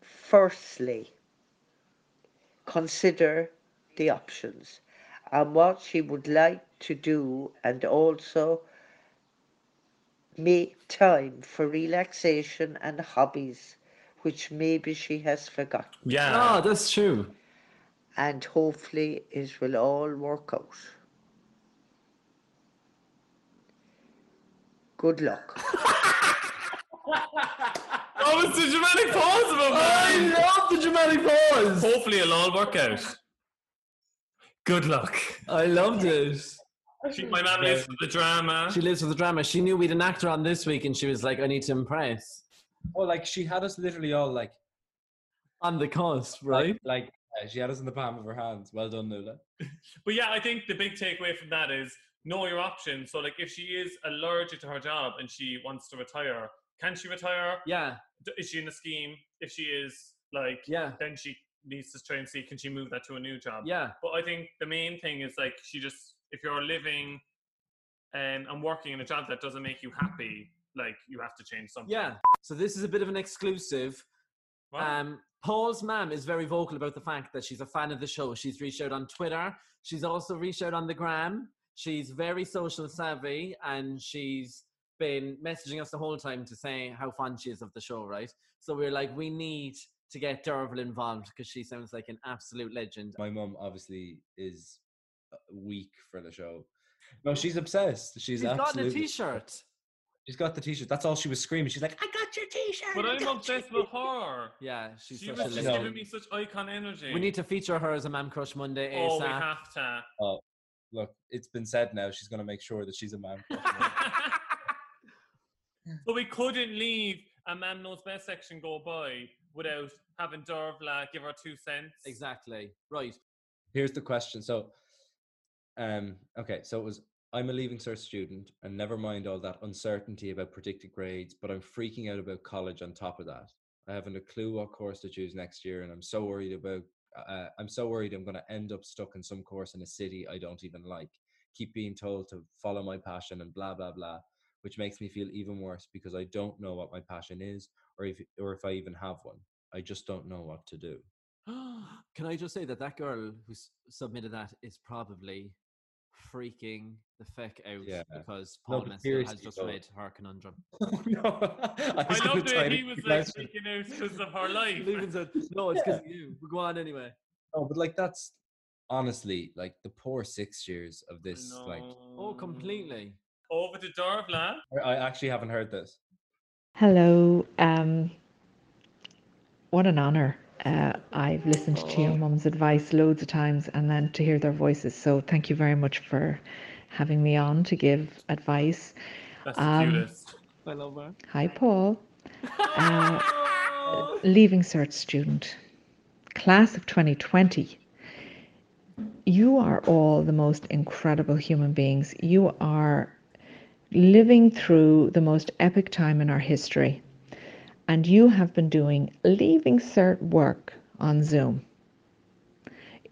S10: Firstly, consider the options and what she would like to do and also make time for relaxation and hobbies which maybe she has forgotten
S1: Ah,
S5: Yeah. Oh, that's true.
S10: and hopefully it will all work out good luck
S1: Oh, it's the dramatic pause of a
S5: I
S1: man.
S5: love the dramatic pause.
S1: Hopefully, it'll all work out. Good luck.
S5: I loved it.
S1: She, my man lives for the drama.
S5: She lives for the drama. She knew we'd an actor on this week, and she was like, "I need to impress."
S4: Oh, like she had us literally all like
S5: on the coast, right?
S4: Like, Uh, she had us in the palm of her hands. Well done, Lula.
S1: But yeah, I think the big takeaway from that is know your options. So like if she is allergic to her job and she wants to retire, can she retire?
S2: Yeah.
S1: D- Is she in a scheme? If she is like
S2: yeah,
S1: then she needs to try and see can she move that to a new job.
S2: Yeah.
S1: But I think the main thing is like she just if you're living um, and and working in a job that doesn't make you happy, like you have to change something.
S2: Yeah. So this is a bit of an exclusive. Um, Paul's mum is very vocal about the fact that she's a fan of the show. She's reached out on Twitter. She's also reached out on the gram. She's very social savvy and she's been messaging us the whole time to say how fond she is of the show, right? So we're like, we need to get Dervil involved because she sounds like an absolute legend.
S4: My mum obviously is uh, weak for the show. No, she's obsessed. She's,
S2: She's gotten a
S4: absolutely-
S2: t shirt.
S4: She's got the t-shirt. That's all she was screaming. She's like, I got your t-shirt.
S1: But
S4: I
S1: I'm
S4: got
S1: obsessed
S4: your
S1: with her.
S2: Yeah, she's
S1: she
S2: such
S1: was
S2: a
S1: just
S2: legend.
S1: giving me such icon energy.
S2: We need to feature her as a Man Crush Monday ASAP.
S1: Oh, we have to.
S4: Oh, look, it's been said now. She's going to make sure that she's a man.
S1: But we couldn't leave a man knows best section go by without having Dervla give her two cents.
S2: Exactly. Right.
S4: Here's the question. So, um, okay, so it was I'm a leaving cert student, and never mind all that uncertainty about predicted grades, but I'm freaking out about college on top of that. I haven't a clue what course to choose next year, and I'm so worried about. Uh, I'm so worried I'm going to end up stuck in some course in a city I don't even like. Keep being told to follow my passion and blah blah blah, which makes me feel even worse because I don't know what my passion is, or if or if I even have one. I just don't know what to do.
S2: Can I just say that that girl who s- submitted that is probably freaking the feck out
S4: Yeah.
S2: because
S4: No,
S2: Paul
S4: but
S2: Mescal has
S4: seriously,
S2: just
S4: though.
S2: read her conundrum.
S1: I
S2: gonna
S1: love
S2: try
S1: that
S2: to
S1: he was
S2: keep
S1: like
S2: that shit.
S1: freaking out because of her life.
S2: Leaving said, no, it's because you. But Go on anyway.
S4: No, but like that's honestly like the poor six years of this. Like
S2: Oh, completely.
S1: Over to Dervla.
S4: I- I actually haven't heard this.
S9: Hello. Um, what an honor. Uh, I've listened to your mum's advice loads of times and then to hear their voices. So thank you very much for having me on to give advice.
S1: That's
S9: Um,
S2: I love her.
S9: Hi, Paul. Uh, leaving cert student, class of 2020. You are all the most incredible human beings. You are living through the most epic time in our history. And you have been doing leaving cert work on Zoom.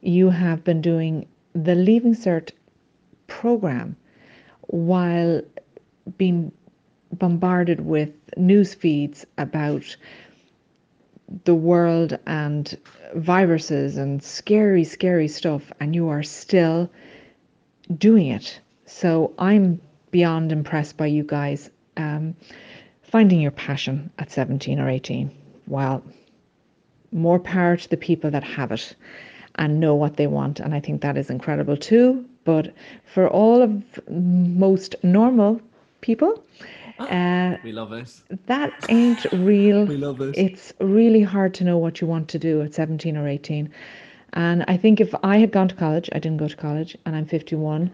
S9: You have been doing the leaving cert program while being bombarded with news feeds about the world and viruses and scary, scary stuff, and you are still doing it. So I'm beyond impressed by you guys. Um, finding your passion at 17 or 18, well, more power to the people that have it and know what they want. And I think that is incredible too. But for all of most normal people, uh,
S2: We love it.
S9: that ain't real.
S2: Ah. We love it.
S9: It's really hard to know what you want to do at 17 or 18. And I think if I had gone to college, I didn't go to college, and I'm 51,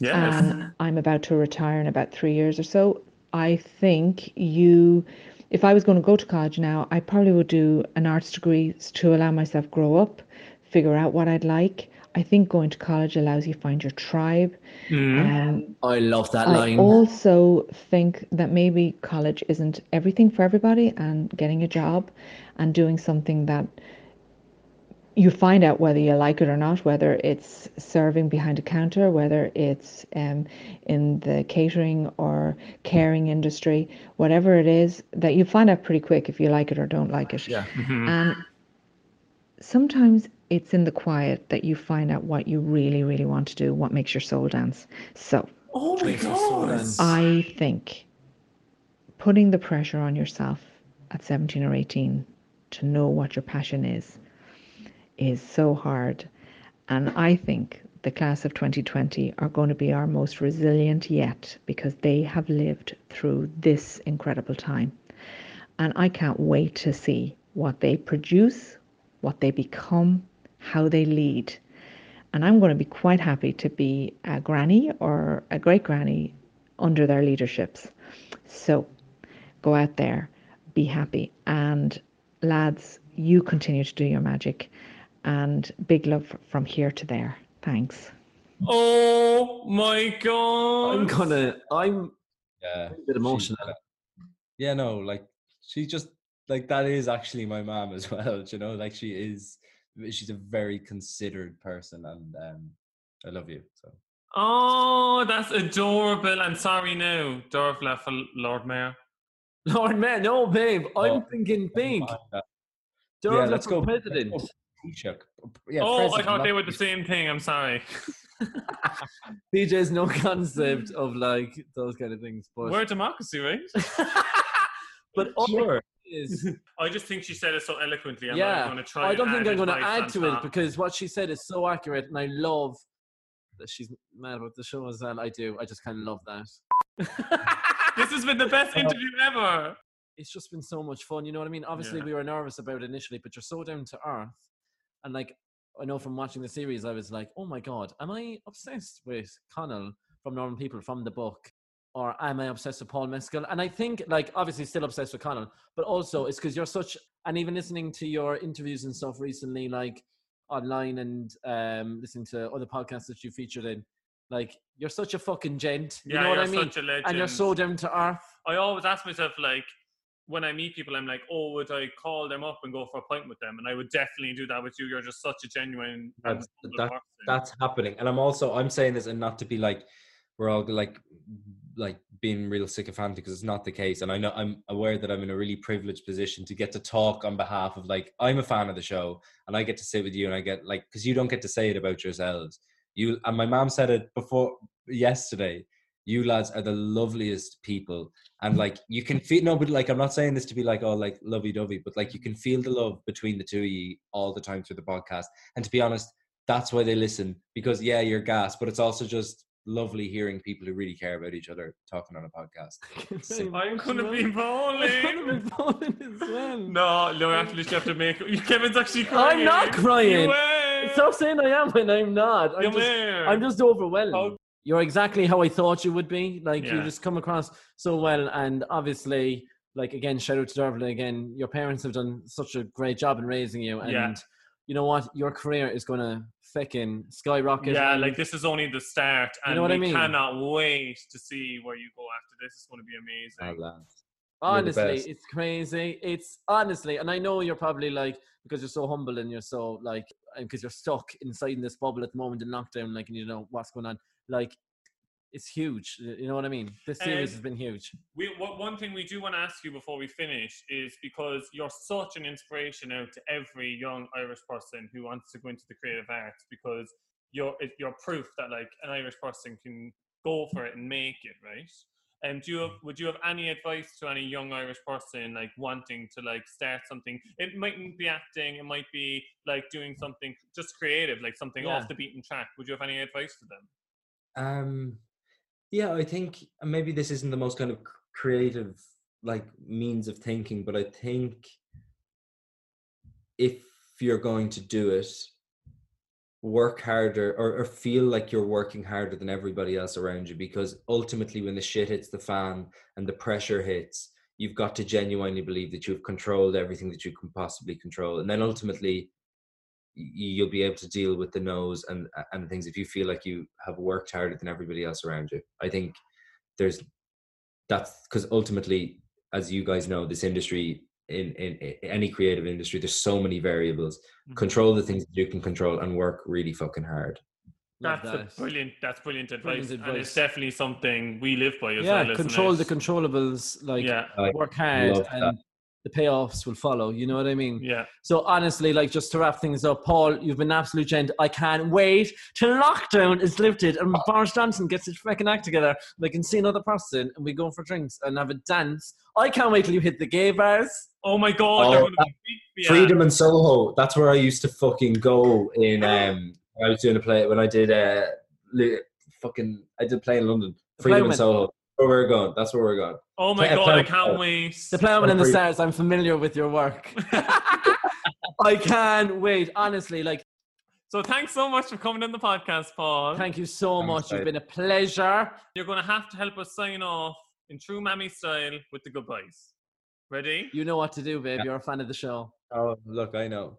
S11: Yes.
S8: um,
S9: and I'm about to retire in about three years or so. I think you, if I was going to go to college now, I probably would do an arts degree s- to allow myself grow up, figure out what I'd like. I think going to college allows you find your tribe. Um,
S2: I love that
S9: I
S2: line.
S9: also think that maybe college isn't everything for everybody, and getting a job and doing something that you find out whether you like it or not, whether it's serving behind a counter, whether it's um, in the catering or caring industry, whatever it is, that you find out pretty quick if you like it or don't like it.
S2: Yeah.
S9: And sometimes it's in the quiet that you find out what you really, really want to do, what makes your soul dance. So.
S2: Oh my god.
S9: I think putting the pressure on yourself at 17 or 18 to know what your passion is is so hard. And I think the class of 2020 are going to be our most resilient yet because they have lived through this incredible time. And I can't wait to see what they produce, what they become, how they lead. And I'm going to be quite happy to be a granny or a great granny under their leaderships. So go out there, be happy. And lads, you continue to do your magic. and big love from here to there. Thanks.
S1: Oh my god!
S2: I'm gonna. I'm
S4: yeah,
S2: a bit emotional.
S4: yeah, no, like she just like that is actually my mom as well. You know, like she is. She's a very considered person, and um, I love you. So
S1: Oh, that's adorable. I'm sorry now, Dorf Leffel, Lord Mayor.
S2: Lord Mayor, no, babe. I'm thinking big.
S4: Oh,
S2: Durham
S4: yeah, let's
S2: for
S4: go
S2: president.
S4: Let's go Taoiseach. Yeah,
S1: oh, I
S4: president,
S1: thought
S4: not-
S1: they were the same thing. I'm sorry.
S2: DJ's no concept of like those kind of things. But
S1: We're a democracy, right?
S2: but all
S1: Sure.
S2: it is,
S1: I just think she said it so eloquently. I'm
S2: yeah,
S1: going to try.
S2: I don't think I'm
S1: going to
S2: add to it because what she said is so accurate, and I love that she's mad about the show as well. I do. I just kind of love that.
S1: this has been the best interview ever.
S2: It's just been so much fun. You know what I mean? Obviously,
S1: Yeah.
S2: we were nervous about it initially, but you're so down to earth, and like I know from watching the series, I was like, oh my god, am I obsessed with Connell from Norman People from the book? Or am I obsessed with Paul Mescal? And I think, like, obviously, still obsessed with Connell, but also it's because you're such, and even listening to your interviews and stuff recently, like online and um, listening to other podcasts that you featured in, like, you're such a fucking gent. You
S1: Yeah,
S2: know what I
S1: you're
S2: mean?
S1: such a
S2: And you're
S1: legend.
S2: so down to earth.
S1: I always ask myself, like, when I meet people, I'm like, oh, would I call them up and go for a pint with them? And I would definitely do that with you. You're just such a genuine. and
S4: that's,
S1: humble
S4: that,
S1: person.
S4: that's happening and i'm also i'm saying this and not to be like we're all like like being real sycophantic because it's not the case and i know i'm aware that i'm in a really privileged position to get to talk on behalf of like i'm a fan of the show and i get to sit with you and i get like because you don't get to say it about yourselves you and my mom said it before yesterday you lads are the loveliest people and like you can feel no but like i'm not saying this to be like oh like lovey-dovey but like you can feel the love between the two of you all the time through the podcast and to be honest that's why they listen because yeah you're gas but it's also just lovely hearing people who really care about each other talking on a podcast Simple.
S1: I'm going to be
S2: I'm
S1: bowling.
S2: gonna be bowling as well.
S1: No, no, actually, you have to make. Kevin's actually crying.
S2: I'm not crying.
S1: You win.
S2: Stop saying I am when I'm not. I'm
S1: You're
S2: just,
S1: there.
S2: I'm just overwhelmed. You're exactly how I thought you would be. Like you
S1: Yeah.
S2: just come across so well, and obviously, like again, shout out to Dervla again. Your parents have done such a great job in raising you, and
S1: Yeah.
S2: you know what? Your career is gonna fucking skyrocket.
S1: Yeah,
S2: and-
S1: like this is only the start,
S2: You
S1: and
S2: know what
S1: we
S2: I mean?
S1: cannot wait to see where you go after this. It's going to be amazing. You're the
S2: Honestly,
S1: best.
S2: it's crazy. It's honestly, and I know you're probably like because you're so humble and you're so like because you're stuck inside in this bubble at the moment in lockdown, like and you know what's going on. Like, it's huge. y- You know what I mean? This series
S1: Um,
S2: has been huge.
S1: We, what, one thing we do want to ask you before we finish is because you're such an inspiration out to every young Irish person who wants to go into the creative arts because you're it- you're proof that like an Irish person can go for it and make it, right? Um, do you have, would you have any advice to any young Irish person like wanting to like start something? It mightn't be acting, it might be like doing something just creative, like something
S4: Yeah.
S1: off the beaten track. Would you have any advice to them?
S4: um yeah i think and maybe this isn't the most kind of c- creative like means of thinking but i think if you're going to do it work harder or, or feel like you're working harder than everybody else around you because ultimately when the shit hits the fan and the pressure hits you've got to genuinely believe that you've controlled everything that you can possibly control and then ultimately y- you'll be able to deal with the no's and and things if you feel like you have worked harder than everybody else around you i think there's that's because ultimately as you guys know this industry in, in i- any creative industry there's so many variables control the things that you can control and work really fucking hard
S2: Love
S1: That's a
S2: that.
S1: brilliant. That's brilliant advice,
S2: Brilliant
S1: and
S2: advice.
S1: it's definitely something we live by as
S2: Yeah,
S1: well. isn't
S2: control
S1: it?
S2: the controllables. Like
S1: Yeah.
S4: I
S2: work hard,
S4: love that.
S2: and the payoffs will follow. You know what I mean?
S1: Yeah.
S2: So honestly, like just to wrap things up, Paul, you've been an absolute gent. I can't wait till lockdown is lifted and Boris Johnson gets his fucking act together. and I can see another person and we go for drinks and have a dance. I can't wait till you hit the gay bars.
S1: Oh my god! they're
S4: Oh,
S1: gonna be creepy as-
S4: freedom and soho that's where i used to fucking go in um when i was doing a play when i did uh li- fucking i did a play in london freedom and
S2: Ploughman.
S4: soho where we're going that's where we're going
S1: Oh my
S4: Play-
S1: god!
S4: play-
S1: I can't wait.
S2: The Plowman and the Stars, I'm familiar with your work. I can't wait. Honestly, like
S1: So thanks so much for coming on the podcast, Paul.
S2: thank you so much. You've
S1: babe.
S2: been a pleasure.
S1: You're gonna have to help us sign off in true mammy style with the goodbyes. Ready?
S2: You know what to do, babe. You're a fan of the show.
S4: Oh, look, I know.